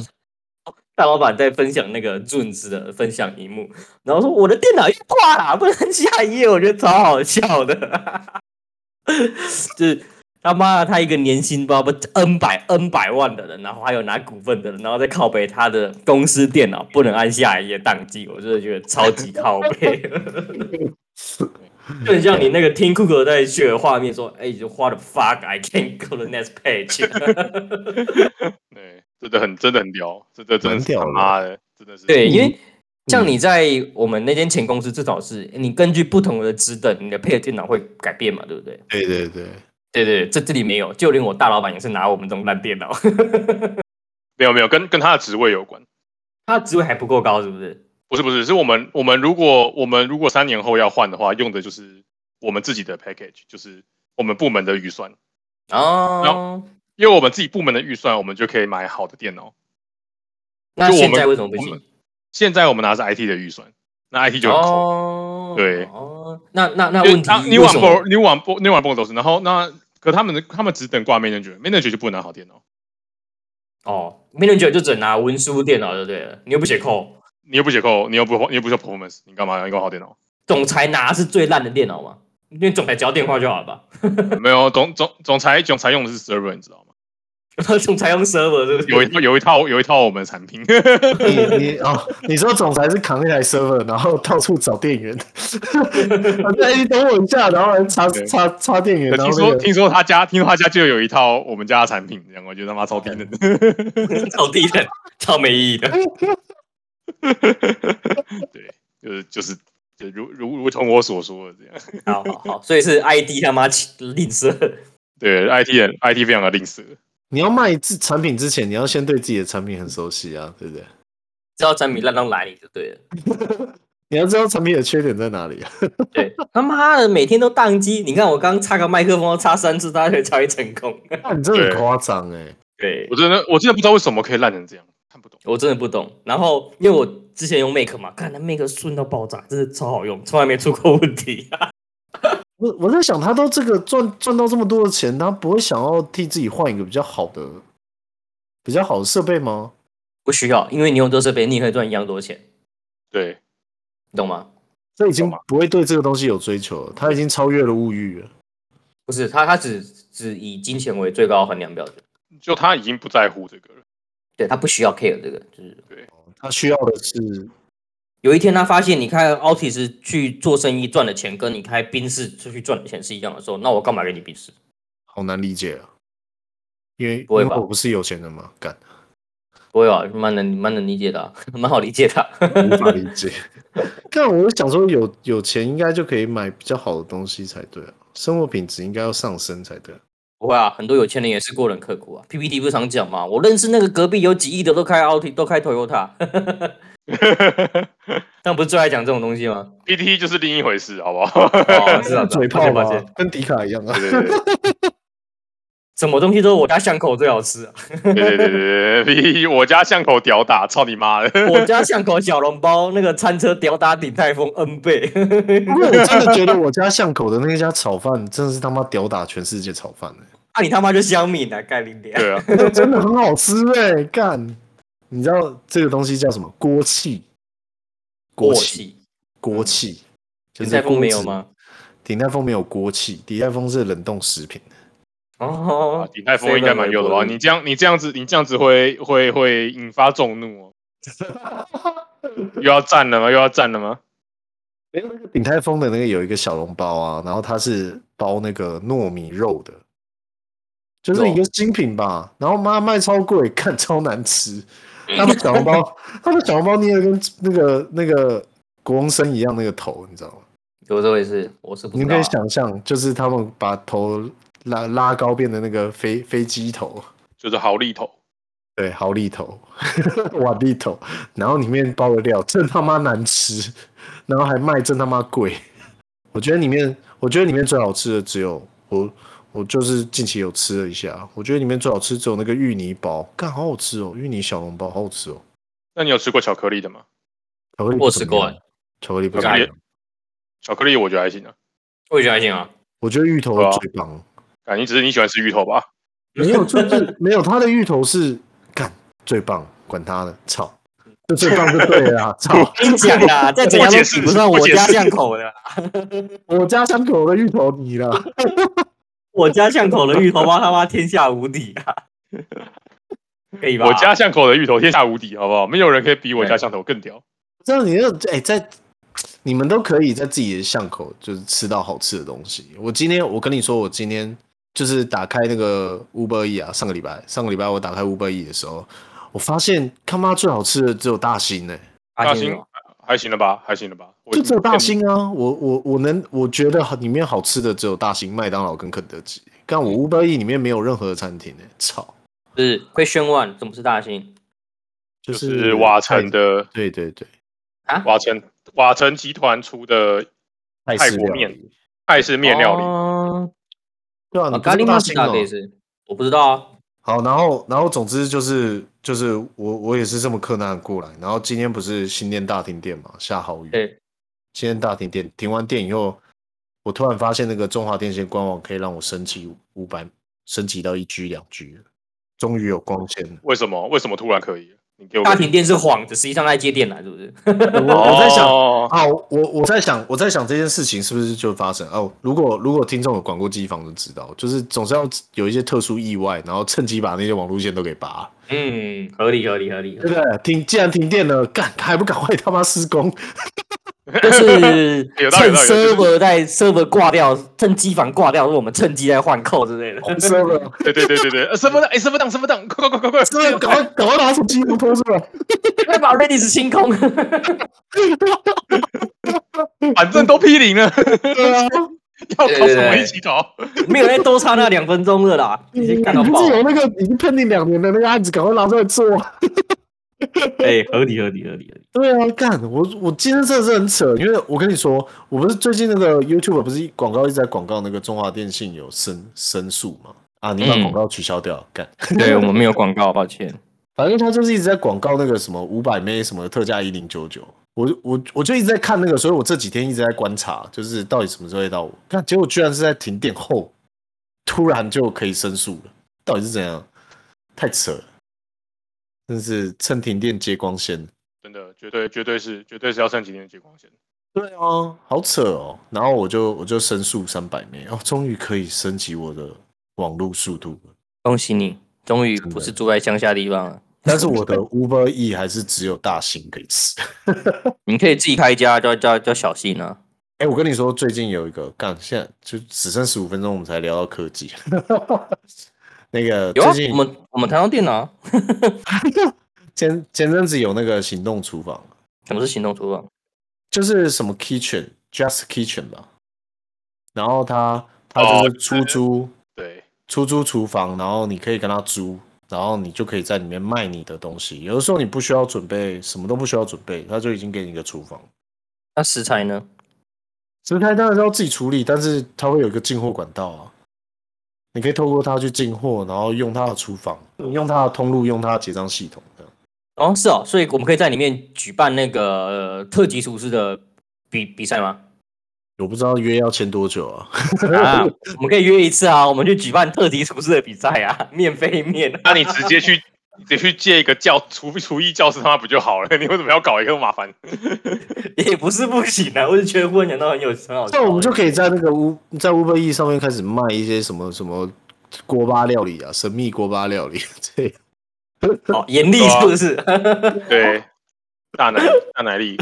大老板在分享那个 Jones 的分享荧幕，然后说我的电脑又挂了，不能下一页，我觉得超好笑的， 就是他妈的他一个年薪包不知道 N 百 N 百万的人，然后还有拿股份的人，然后再靠背他的公司电脑不能按下一页宕机，我真的觉得超级靠背。就很像你那个听酷狗在 share 画面说，哎、就 what the fuck I can't go to the next page，
对，真的很真的很屌，真的真的
蛮
是
屌
他
的
妈的，真的是
对，因为像
嗯
你在我们那间前公司，至少是你根据不同的职等，你的配的电脑会改变嘛，对不对？
对对对，
对对，这这里没有，就连我大老板也是拿我们这种烂电脑，
没有没有跟跟他的职位有关，
他职位还不够高，是不是？
不是不是，是我们我们如果我们如果三年后要换的话，用的就是我们自己的 package，就是我们部门的预算，
哦，
因为我们自己部门的预算，我们就可以买好的电脑。
那
就我们
现在为什么不
我们
行？
现在我们拿的是 IT 的预算，那 IT 就很抠。
哦，
对
哦，那那那
就是
问题
他你
为
往
什
波
么？
你往波你往波都是，然后那可他们的他们只等挂 manager，manager 就不能拿好电脑，
哦，manager 就只能拿文书电脑就对了，你又不写 code，
你又不写扣，你又不你又不需要 performance，你干嘛要一个好电脑？
总裁拿是最烂的电脑嘛，因为总裁只要电话就好了吧？
没有总总总裁总裁用的是 server，你知道吗？
总裁用 server 是不是？
有一套有一套有一套我们的产品，
你你哦，你说总裁是扛一台 server，然后到处找店员， 反正哎你等我一下，然后来插
对
插插电源，然
听
后
说
那个
听说他家听说他家就有一套我们家的产品，这样我觉得他妈超低能的。
超低的，超没意义的。
对，就是就是就如如如同我所说的这样，
好好好，所以是 ID 他妈起吝啬。
对 IT 人 IT 非常的吝啬。
你要卖自产品之前，你要先对自己的产品很熟悉啊，对不对？
知道产品烂到哪里就对了。
你要知道产品的缺点在哪里啊。
对，他妈的每天都宕机。你看我刚插个麦克风，插三次，大家才会成功。
那你真的很
对
夸张哎，
对
我真的我真的不知道为什么可以烂成这样，看不懂。
我真的不懂。然后因为我之前用 Make 嘛，看那 Make 顺到爆炸，真的超好用，从来没出过问题、
我我在想，他都这个赚赚到这么多的钱，他不会想要替自己换一个比较好的、比较好的设备吗？
不需要，因为你用这设备，你也可以赚一样多钱，
对，
你懂吗？
这已经不会对这个东西有追求了，他已经超越了物欲了。
不是他，他只只以金钱为最高衡量标准，
就他已经不在乎这个了。
对他不需要 care 这个，就是
他需要的是，
有一天他发现，你开 Altis 去做生意赚的钱，跟你开宾士出去赚的钱是一样的时候，那我干嘛给你宾士？
好难理解啊，因为
不会
因
吧
为我不是有钱人嘛，干
不会啊，蛮能蛮能理解的啊、 蛮好理解的啊、
无法理 解。 但我想说有，有钱应该就可以买比较好的东西才对啊，生活品质应该要上升才对啊。
不会啊，很多有钱人也是过人刻苦啊。PPT 不是常讲嘛，我认识那个隔壁有几亿的都开 Altis，都开 Toyota，但不是最爱讲这种东西吗？
PT 就是另一回事，好不好？
哦，知道，知道
嘴炮
抱
嘛
歉抱歉，
跟迪卡一样啊。
对对对
什么东西都是我家巷口最好吃 啊，
对对对对对，PT 我家巷口屌打，操你妈的！
我家巷口小笼包那个餐车吊打鼎泰丰 N 倍。
不过我真的觉得我家巷口的那家炒饭真的是他妈屌打全世界炒饭欸
啊，你他妈就香米啊，盖零点。
对啊，
那 真的很好吃哎、干！你知道这个东西叫什么？锅气，锅
过
气，
期，
锅气。就
鼎
是
泰丰没有
锅子？
吗？
鼎泰丰没有锅气，鼎泰丰是冷冻食品。
哦，
鼎泰丰应该蛮有的吧？你这样你这样子你这样子会会会引发众怒 哦。又要站了吗？又要站了吗？
没有那个鼎泰丰的那个有一个小笼包啊，然后它是包那个糯米肉的，就是一个精品吧。然后妈卖超贵，看超难吃。他们小笼 包，他们小笼包捏的跟那个那个国中生一样那个头，你知道吗？
有时候也是，我是不
你
知
可
道
以
啊。
想象，就是他们把头拉拉高，变成那个飞飞机头，
就是好利头，
对，豪利头、瓦利头，然后里面包的料真他妈难吃，然后还卖真他妈贵。我觉得里面，我觉得里面最好吃的只有我，我就是近期有吃了一下，我觉得里面最好吃只有那个芋泥包，干好好吃哦，芋泥小笼包好好吃哦。
那你有吃过巧克力的吗？
巧克力
我
不怎
吃
么
过啊
样，巧克力不
我
怎么
感
样
觉，巧克力我觉得还行啊，
我也觉得还行啊，
我觉得芋头
对啊
最 棒。
感觉只是你喜欢吃芋头吧？
没有，就是没有他的芋头是干最棒，管他的，操，就最棒就对了啦，操。
跟你讲啦，再怎样啊都比不上我家巷口的啦，
我家巷口的芋头泥啦，
我家巷口的芋头包他妈天下无敌 啊，可以吧？
我家巷口的芋头天下无敌，好不好？没有人可以比我家巷头更屌。
这样你就哎、在你们都可以在自己的巷口就是吃到好吃的东西。我今天我跟你说，我今天就是打开那个 Uber E 啊，上个礼拜上个礼拜我打开 Uber E 的时候，我发现他妈最好吃的只有大兴呢、
大
兴
兴
还行了吧？还行了吧？我
哦就只有大兴啊！我我我能我觉得里面好吃的只有大兴、麦当劳跟肯德基，但
嗯
我 Uber E 里面没有任何的餐厅呢、欸操！
是 Question One，怎么是大兴
就
就是瓦城，的
对对对，
啊？
瓦城瓦城集团出的
泰式
国
料
面
理
泰式面料理，
哦
对啊，你
啊，
不
咖
知
喱
道
玛
大
吉
兴
达
哦
可以是，我不知道啊。
好，然后然后总之就是就是我我也是这么克难过来，然后今天不是新店大停电嘛，下好雨。
对，
今天大停电，停完电以后，我突然发现那个中华电信官网可以让我升级五百，升级到一 G 两 G 了，终于有光纤了。
为什么？为什么突然可以？你给我
大停电是幌子，实际上在接电缆，是不是？
我我在想，
哦
啊，我我在想，我在想这件事情是不是就发生哦？如果如果听众有管过机房就知道，就是总是要有一些特殊意外，然后趁机把那些网路线都给拔了。
嗯，合理合理 合理，合
对
理
不对？停，既然停电了，干还不赶快他妈施工？
就是
有道理有
趁
道理就是
server 在 server 挂掉，趁机房挂掉，如果我们趁机来换扣之类的。
收了，
对对对对对，呃身份证，哎，身份证，身份证，快快快快
真的
快！
啊赶快赶快把手机都拖出来。
快把 Redis 清空。
反正都 P 零 了，
对啊，
要搞什么一起搞？
没有再哎多差那两分钟了啦，已经干到
你
爆
不。是有那个已经pending 两年的那个案子，赶快拿出来做啊。
哎，合理合理合理合理。
对啊，干我我今天真的是很扯，因为我跟你说，我不是最近那个 YouTube 不是广告一直在广告那个中华电信有申申诉嘛？啊，你把
嗯
广告取消掉，干。
对我们没有广告，抱歉。
反正他就是一直在广告那个什么五百枚什么特价一零九九，我就我我就一直在看那个，所以我这几天一直在观察，就是到底什么时候会到我。看结果居然是在停电后，突然就可以申诉了，到底是怎样？太扯了，真是趁停电接光纤。
真的，绝对绝对是绝对是要趁几天的节光线。
对啊，好扯哦。然后我就我就申诉三百枚，哦，终于可以升级我的网络速度了。
恭喜你，终于
真
不
的
是住在乡下地方了，
但是我的 Uber E 还是只有大型可以吃。
你可以自己开一家，叫叫叫小信啊。
哎、我跟你说，最近有一个干，现在就只剩十五分钟，我们才聊到科技。 那个
有啊
最，近
我们我们谈到电脑啊，
前前阵子有那个行动厨房，
什么是行动厨房？
就是什么 Kitchen Just Kitchen 吧，然后它它
哦
就是出租、
对，
出租厨房，然后你可以跟他租，然后你就可以在里面卖你的东西。有的时候你不需要准备，什么都不需要准备，他就已经给你一个厨房。
那食材呢？
食材当然是要自己处理，但是它会有一个进货管道啊，你可以透过它去进货，然后用它的厨房，用它的通路，用它的结账系统这样。
哦，是哦，所以我们可以在里面举办那个、呃特级厨师的比比赛 吗？
我不知道约要签多久啊，
啊，我们可以约一次啊，我们去举办特级厨师的比赛啊， 面飞面。
那、你直接去，你直接去借一个教厨厨艺教室，他妈不就好了？你 为什么要搞一个麻烦？
也不是不行啊，我是觉得忽然想到很有很好笑
那我们就可以在那个乌在 Uber E 上面开始卖一些什么什么锅巴料理啊，神秘锅巴料理 这样。
啊
哦，严厉是不是、
对，大奶大奶力，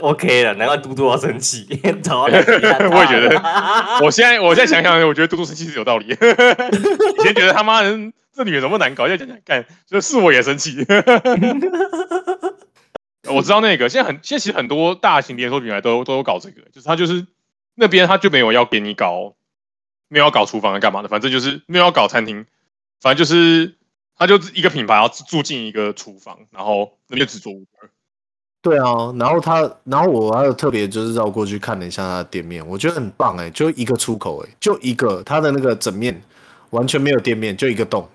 o k 了，难怪嘟嘟要生气， 我
我也觉得
得
我现在我现在想想，我觉得嘟嘟生气是有道理。 以前觉得他妈的这女人怎么难搞，现在想想干，就是我也生气。 我知道那个现在很现在其实很多大型连锁品牌都都有搞这个，就是他就是那边他就没有要给你搞，没有要搞厨房的干嘛的，反正就是没有要搞餐厅，反正就是他就一个品牌要住进一个厨房，然后那边就只做 Uber
对啊，然后他，然后我还有特别就是绕过去看了一下他的店面，我觉得很棒哎、就一个出口哎、就一个，他的那个整面完全没有店面，就一个洞，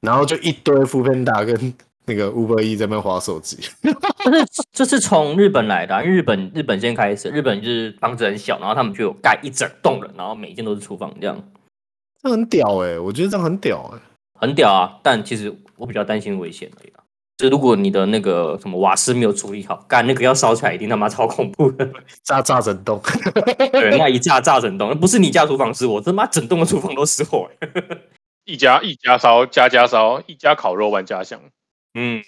然后就一堆富片达跟那个 Uber E 在那边划手机，
这是这是从日本来的啊、因为日本日本先开始，日本就是房子很小，然后他们就有盖一整栋了，然后每一间都是厨房这样，
这很屌哎、我觉得这样很屌哎、
很屌啊。但其实我比较担心危险而已啦。啊就如果你的那个什么瓦斯没有处理好，干那个要烧起来一定他妈超恐怖的，
炸炸整栋，
对， 那一炸炸整栋，那不是你家厨房失火，他妈整栋的厨房都失火、欸。
一家一家烧，家家烧，一家烤肉万家香。
嗯，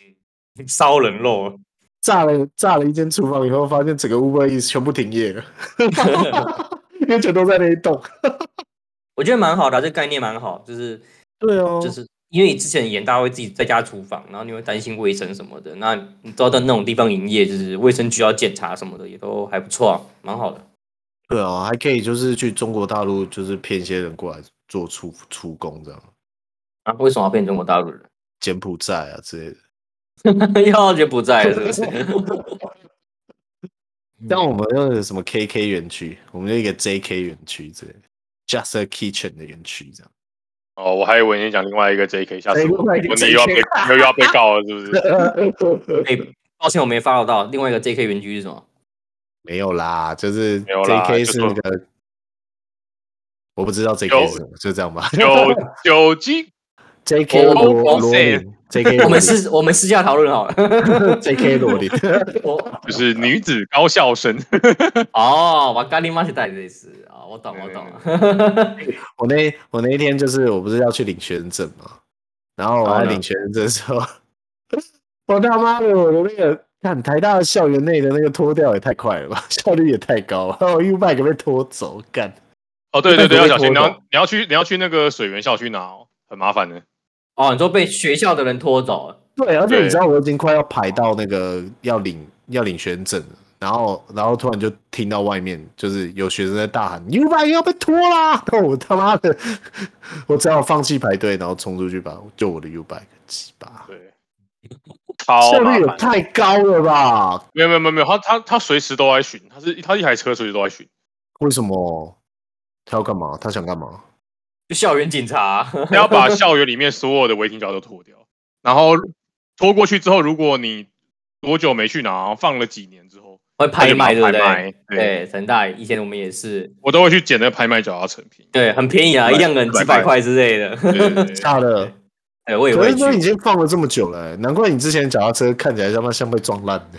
烧 人肉，
炸了炸了一间厨房以后，发现整个 Uber E 全部停业了，因为全都在那一栋。
我觉得蛮好的啊、这概念蛮好，就是
对哦，
就是因为你之前演大家会自己在家厨房，然后你会担心卫生什么的，那你知道在那种地方营业，就是卫生局要检查什么的，也都还不错、啊，蛮好的。
对啊，还可以就是去中国大陆，就是骗一些人过来做出出工这样，
啊，为什么要变中国大陆人？
柬埔寨啊之类的。
又要柬埔寨了是不 是？
像我们又有什么 KK 园区，我们就一个 JK 园区之类的，Just a Kitchen 的园区这样。
哦，我还以为你讲另外一个 JK，下次
哎
我
另外一个
我你又要被又要被告了，是不 是？
哎、抱歉我没 follow 到另外一个 JK 园区是什么？
没有啦，就是
没有啦
JK
就是
那个，我不知道
有
JK 是什么，就这样吧。
酒酒精
JK
我
罗
我
罗琳，JK
我
罗
们
琳
私我们私下讨论好了。
，JK 罗琳，
我
就是女子高校生，
哦，瓦咖喱玛是带类似啊，我懂我懂。
我那我那一天就是我不是要去领学生证嘛，然后我
然后
在
呢
领学生证的时候， 我他妈的我的那个看台大的校园内的那个脱掉也太快了吧，效率也太高了，我 U bike 被拖走，干
哦，对对对，
那你
要小心，
会
你
拖
要
走
你要去你要去那个水源校区拿哦，很麻烦的。
哦，你说被学校的人拖走了，
对，而且
对
你知道我已经快要排到那个要领要领学生证了。然后，然后突然就听到外面就是有学生在大喊 “U bike 要被拖啦！” 那我他妈的，我只好放弃排队，然后冲出去把救我的 U bike，鸡巴！
对，超
效
麻
率也
烦。
太高了吧？
没有没有没有没有，他他他随时都在巡，他是他一台车随时都在巡。
为什么？他要干嘛？他想干嘛？
就校园警察。
他要把校园里面所有的违停条都脱掉，然后拖过去之后，如果你多久没去拿，然后放了几年之后，
会
他
拍
就把
卖，对不
拍
对？
卖。对，
对，成大以前我们也是，
我都会去捡那个拍卖脚踏车便宜。
对，很便宜啊，
对
一两个人几百块之类的。
对 对对对
吓的。
哎，我也
可
会
是
去
欸都已经放了这么久了、难怪你之前脚踏车看起来他妈像被撞烂的。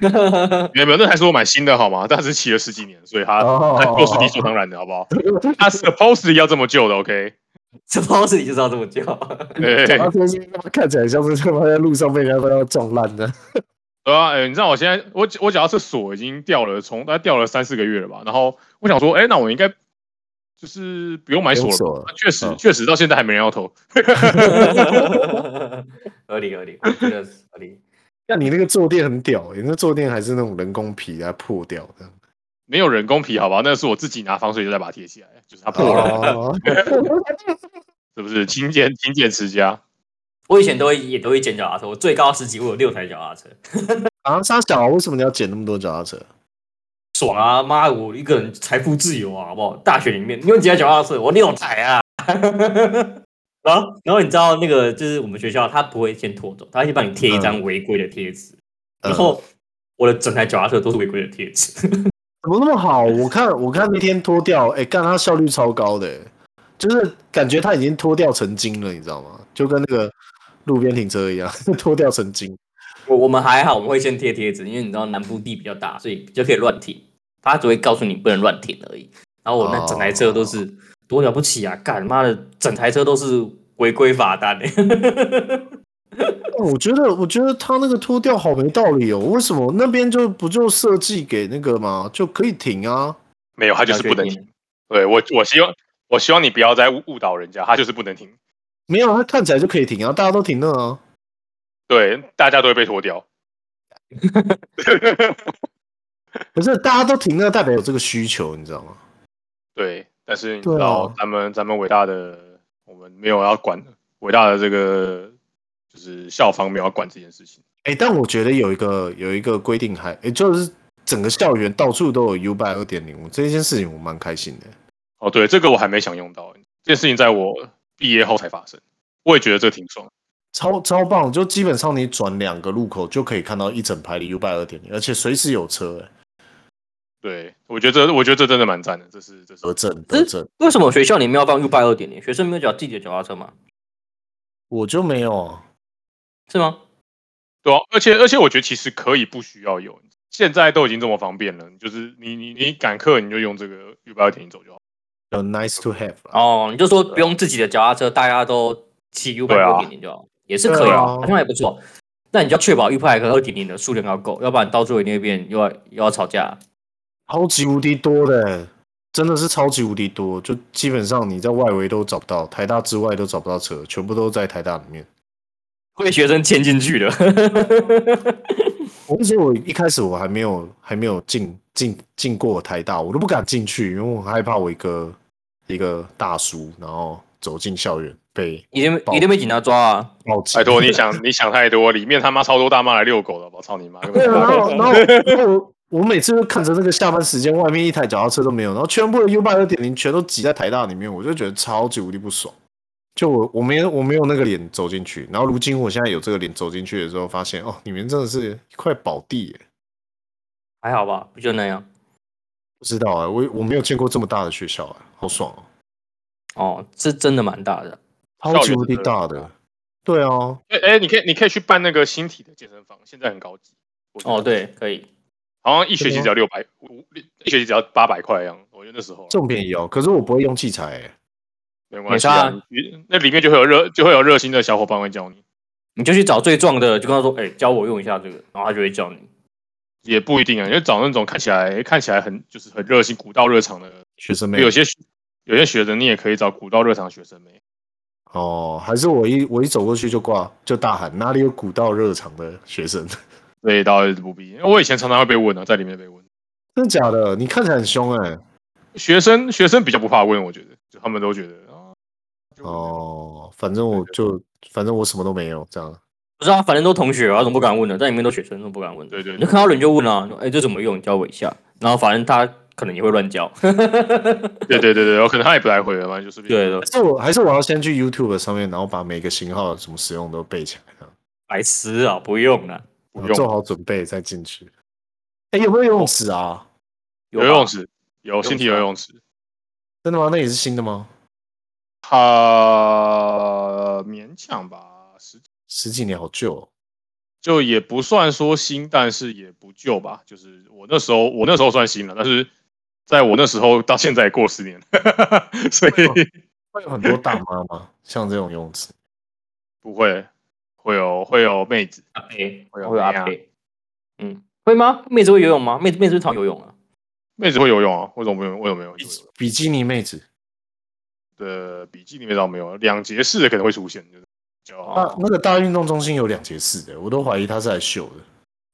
没有没有，那还是我买新的好吗？但是骑了十几年，所以它
哦
它啊 就是理所当然的，好不好？它 supposedly 要这么旧的，OK？
这包子你就知道这么叫，
对
脚踏车是他妈看起来像是他妈在路上被人家要撞烂的。
对啊，哎、你知道我现在我我脚踏车锁已经掉了，从它掉了三四个月了吧？然后我想说，哎、那我应该就是不用买锁
不用
了
锁
吧
了。
那确实
嗯
确实到现在还没人要投，
合理合理，我觉得是合理。
那你那个坐垫很屌、欸，你那坐垫还是那种人工皮来破掉的。
没有人工皮，好吧？那是我自己拿防水胶带把它贴起来，就是它破了，
哦，
是不是？勤俭勤俭持家，
我以前都会也都会捡脚踏车，我最高时期我有六台脚踏车，
啊，沙小，为什么你要捡那么多脚踏车？
爽啊！妈，我一个人财富自由啊，好不好？大学里面你有几台脚踏车？我六台啊。 然后，然后你知道那个就是我们学校，他不会先拖走，他先帮你贴一张违规的贴纸。
嗯
然后我的整台脚踏车都是违规的贴纸，
怎么那么好？我看我看那天脱掉，哎、干它效率超高的、欸就是感觉它已经脱掉成精了，你知道吗？就跟那个路边停车一样， 脱掉成精。
我我们还好，我们会先贴贴纸，因为你知道南部地比较大，所以就可以乱停。他只会告诉你不能乱停而已。然后我那整台车都
哦
是、多了不起啊！干妈的，整台车都是违规罚 单、欸。
我觉得，我觉得他那个脱掉好没道理哦。为什么那边就不就设计给那个嘛，就可以停啊？
没有，它就是不能停。对我我希望我希望你不要再误误导人家，它就是不能停。
没有，他看起来就可以停啊，大家都停那啊。
对，大家都会被 脱掉。
可是大家都停那，代表有这个需求，你知道吗？
对，但是你
对啊
知道，咱们咱们伟大的，我们没有要管伟大的这个，就是校方没有要管这件事情。
哎、但我觉得有一个有一个规定还，也就是整个校园到处都有 U by 二点零，这件事情我蛮开心的。
哦，对，这个我还没享用到，这件事情在我毕业后才发生。我也觉得这挺爽，
超超棒！就基本上你转两个路口就可以看到一整排的 U by 二点零，而且随时有车、欸，
对我觉得这我觉得这真的蛮赞的，这是这是
得证得证。
为什么学校里面要放 U 拜二点零？学生没有脚自己的脚踏车吗？
我就没有啊，
是吗？
对啊，而且而且我觉得其实可以不需要有，现在都已经这么方便了，就是你你你赶课你就用这个预备二点零走就好。
有 nice to have 啊。
哦，你就说不用自己的脚踏车，大家都骑 U 拜
对啊
二点零就好，也是可以
对
啊，
啊
好像也不错。那你就要确保 U 拜和二点零的数量要够，要不然到最后你那边又要又要吵架了。
超级无敌多的欸、真的是超级无敌多，就基本上你在外围都找不到，台大之外都找不到车，全部都在台大里面。
被学生牵进去的。
我而且我一开始我还没有还没有进进进过台大，我都不敢进去，因为我很害怕我一个一个大叔，然后走进校园被
一定
爆
一定被警察抓啊！
报警。
拜托你想你想太多，里面他妈超多大妈来遛狗的，我操你妈！根
对
本
啊，
就
然后然后然后我我每次都看着那个下班时间，外面一台脚踏车都没有，然后全部的 U 八二点零全都挤在台大里面，我就觉得超级无敌不爽。就我我没有我没有那个脸走进去，然后如今我现在有这个脸走进去的时候，发现哦，你们真的是一块宝地耶！
还好吧，不就那样
不知道啊，我我没有见过这么大的学校啊，好爽哦、
哦，是真的蛮大的。
超级无敌大的。对啊，
哎、哎，你可以你可以去办那个新体的健身房，现在很高级。我觉得
哦，，对，可以。
好像一学期只要六百，五一学期只要八百块一样。我觉得那时候啊
这么便宜哦，可是我不会用器材欸耶、
没关系啊
没差，
你那里面就会有热就会有热心的小伙伴会教你，
你就去找最壮的，就跟他说：“哎、教我用一下这个。”然后他就会教你。
也不一定啊，你就找那种看起来看起来很就是很热心、古道热肠的
学生妹
有些学有些学生，你也可以找古道热肠学生妹。
哦，还是我一我一走过去就挂就大喊哪里有古道热肠的学生。
所以倒是不必。我以前常常会被问啊，在里面被问。
真的假的？你看起来很凶哎、
学生学生比较不怕问，我觉得，就他们都觉得啊，就，
哦，反正我就反正我什么都没有，这样
不是啊，反正都同学啊，怎么不敢问呢？在里面都学生，怎么不敢问？
对对对
你就看到人就问啊，说哎、这怎么用？你教我一下。然后反正他可能也会乱 教。
对对对对，可能他也不来回了，反正就是
对的
还，是我还是我要先去 YouTube 上面，然后把每个型号怎么使用都背起来，这样
白痴啊，不用了。
不
然后做
用
好准备再进去。哎、有没有游泳池啊？
游
吧
泳池有新体游泳池，
真的吗？那也是新的吗？
他勉强吧，十
十几年好旧、哦，
就也不算说新，但是也不旧吧。就是我那时候，我那时候算新了，但是在我那时候到现在也过十年， 所以
会有很多大妈吗？ 像这种用词，
不会会有会有妹子，
阿佩，
会
会
有
有阿
妹啊
佩，嗯，会吗？妹子会游泳吗？妹子妹子会讨游泳啊？
妹子会游泳啊？为什么没有？为什么没有？
比比基尼妹子，
的笔记里面倒没有，两节式的可能会出现，就是就
那、
哦
那个大运动中心有两节室的，我都怀疑他是来秀的。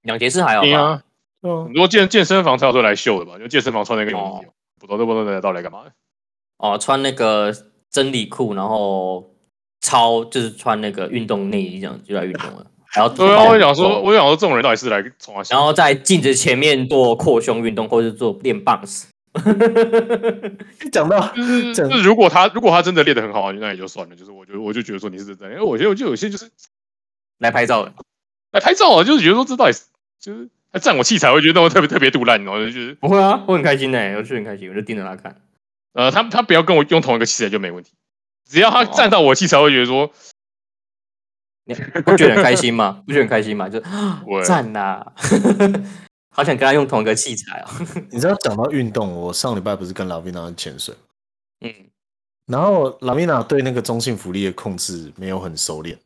两节是还好
对
吧？
啊，
对啊
很，多健健身房才有时候来秀的吧？就健身房穿那个泳衣
哦，
不懂都不懂那到底来干嘛的？
哦，穿那个真理裤，然后超就是穿那个运动内衣这样就来运动了，然 后
对啊，我想说，我想说这种人到底是来从哪
然
笑？
后在镜子前面做扩胸运动，或是做练棒子。
讲到
就是
这
就是，如果他如果他真的练得很好，那也就算了。就是我就我就觉得说你是真的，因为我觉得啊我就有些就是
来拍照的，
来拍照啊，就是觉得说这到底是就是他占我器材，我觉得我特别特别杜烂，然后就是
不会啊，我很开心呢、我去很开心，我就盯着他看。
呃，他他不要跟我用同一个器材就没问题，只要他
哦
占到我器材，我会觉得说
你不觉得很开心吗？不觉得很开心吗？就
我
赞呐、 好想跟他用同一个器材哦。
你知道讲到运动，我上礼拜不是跟拉维娜去潜水，
嗯，
然后拉维娜对那个中性浮力的控制没有很熟练，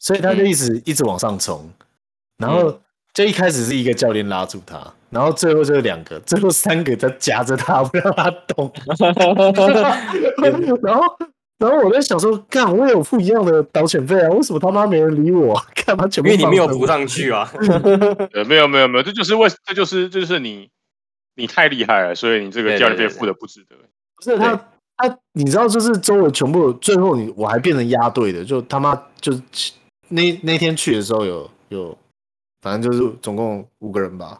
所以他就一直、一直往上冲，然后就一开始是一个教练拉住他，然后最后就是两个，最后三个在夹着他不让他动， 然后。然后我在想说，干，我有付一样的导潜费啊，为什么他妈没人理我 啊？干嘛全部
因为你没有
放着
浮上去啊。
呃，没有没有没有，这就是为这就是这就是你你太厉害了，所以你这个
对
教练
对
费
对对
付的不值得。
不是
对
他他，你知道，就是周围全部最后你我还变成压队的，就他妈就那那天去的时候有有，反正就是总共五个人吧。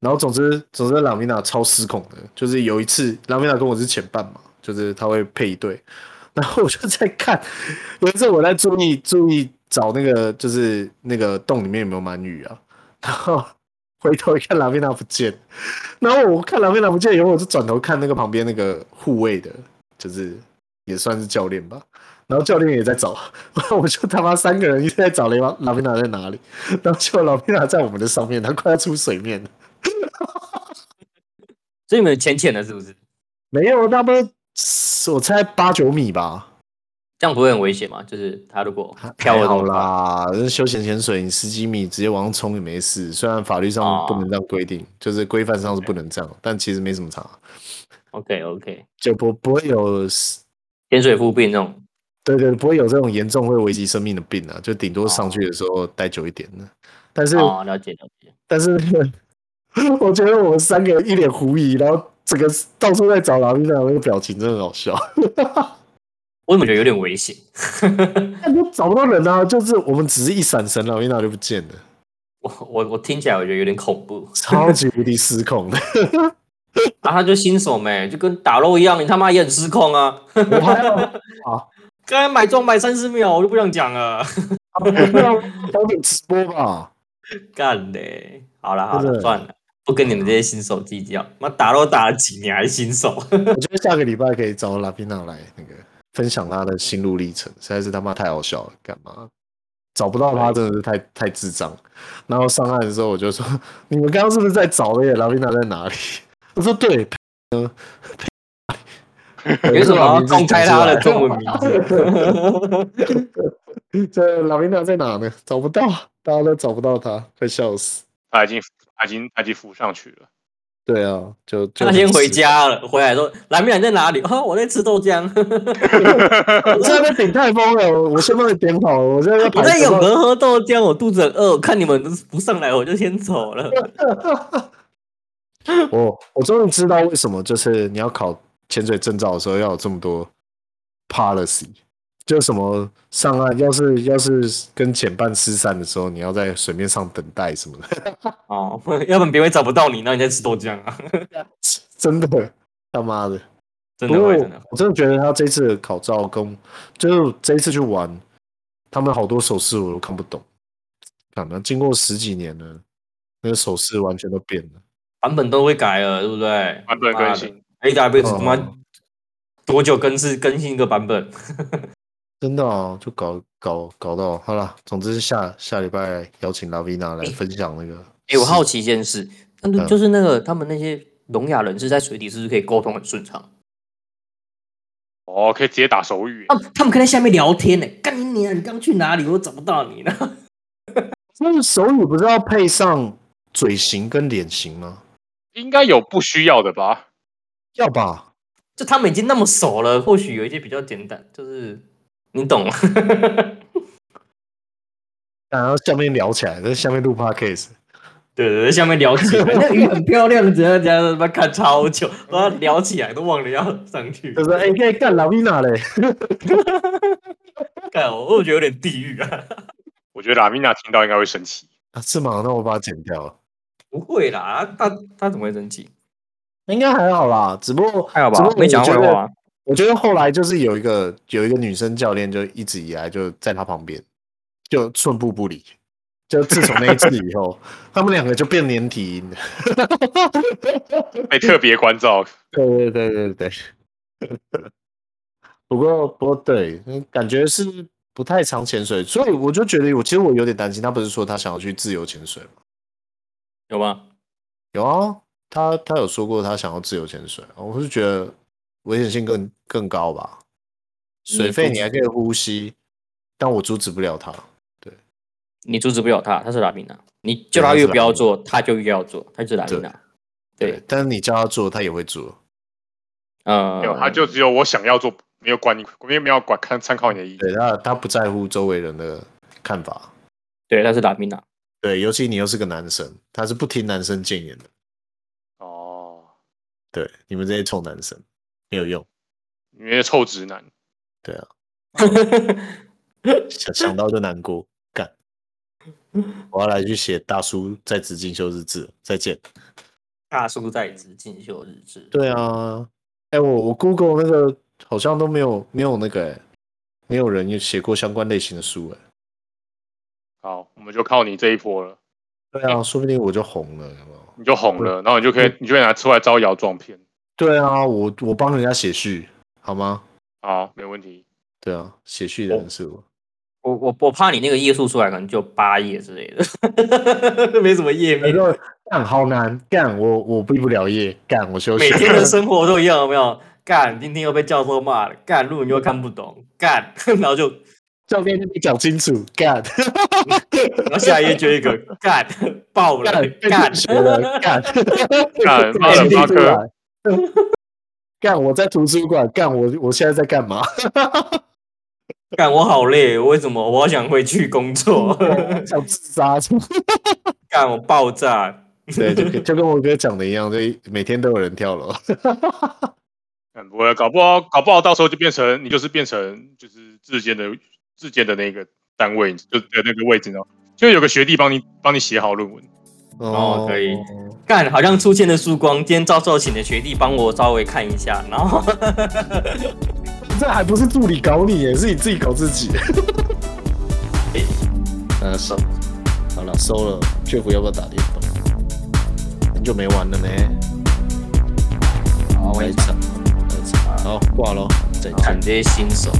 然后总之总之，拉米娜超失控的，就是有一次拉米娜跟我是前伴嘛，就是他会配一队，然后我就在看，有一次我在注意注意找那个就是那个洞里面有没有鳗鱼啊，然后回头一看拉米娜不见了，然后我看拉菲拉不见以后，我就转头看那个旁边那个护卫的，就是也算是教练吧。然后教练也在找， 我就他妈三个人一直在找雷拉菲娜在哪里，然后结果拉菲娜在我们的上面，他快要出水面了。
所以你们浅浅的，是不是？
没有，大概我猜八九米吧。
这样不会很危险吗？就是他如果飘
还
了
好
怎么办，
啦，哎那休闲潜水你十几米直接往上冲也没事，虽然法律上不能这样规定，就是规范上是不能这样，但其实没什么差，
，OK OK，
就不不会有
潜水夫病那种，
对对，不会有这种严重会危及生命的病啊，就顶多上去的时候待久一点的。但是、
哦，了解了解。
但是，我觉得我们三个一脸狐疑，然后整个到处在找拉米娜那个表情真的很好笑，
我怎么觉得有点危险？
都找不到人啊，就是我们只是一闪神，拉米娜就不见了，
我我我听起来我觉得有点恐怖
超级无敌失控的。
啊！他就新手没，就跟打肉一样，你他妈也很失控啊！
我还要啊，
刚才买中买三十秒，我就不想讲了，
我不要当点直播吧，
干嘞！好了好
真的
了，算了，不跟你们这些新手计较。妈打肉打了几年还新手，
我觉得下个礼拜可以找拉米娜来那个分享她的心路历程，实在是他妈太好笑了，干嘛？找不到他真的是太太智障。然后上岸的时候我就说：“你们刚刚是不是在找那个拉米娜在哪里？”我说：“对，
为什么要公开他的中文名字？
这拉米娜在哪呢？找不到，大家都找不到他，快笑死。
他已经他已经他已经浮上去了，”
对啊，就就
他先回
很
家了，回来说蓝面在哪里？哦，我在吃豆浆，
耻，我现在被顶太风了，我我先帮你点好了，我现在 在
我
排
在
什
永
么？
和喝豆浆，我肚子很饿，我看你们都不上来，我就先走了。
我我终于知道为什么就是你要考潜水证照的时候要有这么多 policy，就什么上岸，要是要是跟潜伴失散的时候，你要在水面上等待什么的，
哦， 要不然别人会找不到你，那你在吃豆浆啊，
真的他妈的。
真
不
的
过
会真的会。
我真的觉得他这次的考照跟就是这一次去玩，他们好多手势我都看不懂，反正经过十几年了，那个手势完全都变了。
版本都会改了，对不对？
版本更新，
A W 他
哦
妈多久更新更新一个版本？
真的啊，就搞搞搞到好了。总之下下礼拜邀请拉维娜来分享那个。
哎、我好奇一件事，那
嗯
就就是那个他们那些聋哑人士在水底是不是可以沟通很顺畅？
哦，可以直接打手语
他，们他们可以在下面聊天呢、干你娘！你刚去哪里？我找不到你呢。
那个手语不是要配上嘴型跟脸型吗？
应该有不需要的吧？
要吧？
就他们已经那么熟了，或许有一些比较简单，就是你懂吗？
然后下面聊起来，在下面录 podcast。
对对对，下面聊起来，那鱼很漂亮，怎样怎样，他妈看超久，然后聊起来都忘了要上去
就。是哎，可以干拉维娜嘞。
干，我我觉得有点地狱啊。
我觉得拉米娜听到应该会生气。
啊，是吗？那我把它剪掉了。
不会啦，他他怎么会生气？
应该还好啦，只不过
还好
只不
吧，
过
没讲
我觉
坏
得
话啊。
我觉得后来就是有一个有一个女生教练，就一直以来就在他旁边，就寸步不离。就自从那一次以后， 他们两个就变连体婴了。
被特别关照，
对对对对对。 不过不过对，嗯感觉是不太常潜水，所以我就觉得我其实我有点担心。他不是说他想要去自由潜水吗？
有吗？
有啊，他他有说过他想要自由潜水，我是觉得危险性更更高吧。水肺你还可以呼吸，但我阻止不了他。
你阻止不了他，他是拉米娜，你叫他越不要做，他就越要做，他就是拉米娜。对，
但是你叫他做，他也会做。
呃，
没有，他就只有我想要做，没有管你，没有没有管看参考你的意见。
对他，他不在乎周围人的看法。
对，他是拉啊 米娜。
对，尤其你又是个男生，他是不听男生谏言的。
哦，
对，你们这些臭男生没有用，
你那些臭直男，
想想到就难过。干，我要来去写大叔在职进修日志了，再见。
大叔在职进修日志，
对啊，哎、我我 Google 那个好像都没有没有那个哎、没有人有写过相关类型的书哎、
好，我们就靠你这一波了，
对啊，说不定我就红了，有没有？
你就红了，然后你就可
嗯
以，你就可以拿出来招摇撞骗。
对啊，我我帮人家写序好吗？
好，没问题。
对啊，写序的人是我。
我我我怕你那个页数出来可能就八页之类的， 没什么页
哎
面。
呦，干好难干，我我毕不了业，干我休息
每。天的生活都一样，有没有？干，今天又被教授骂了，干，论文又看不懂，干， 然后就
教练你讲清楚，干
然后下一页就一个干爆了，
干被
干
退学了， 干
干
被
妈的
踢出
巴克
来 干我在图书馆，干我我现在在干嘛？
干，我好累，为什么？我好想回去工作，
想自杀。
干，我爆炸，
对，就跟就跟我哥讲的一样，就每天都有人跳楼。
嗯，不会，搞不好，搞不好到时候就变成你就是变成就是自荐的自荐的那个单位，就的那个位置呢，哦就有个学弟帮你帮你写好论文。
哦可以干，好像出现了曙光。今天赵少请的学弟帮我稍微看一下，然后
这还不是助理搞你耶，是你自己搞自己。 呃，收，好了，收了。雀虎要不要打电动？很久没玩了呢。
好，我
来
也
一场，来一场。好，挂喽，再
看
见。
这些新手，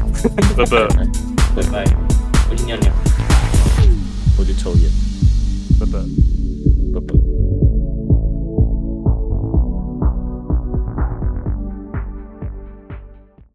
不不。
拜拜，我去尿尿。
我去抽烟。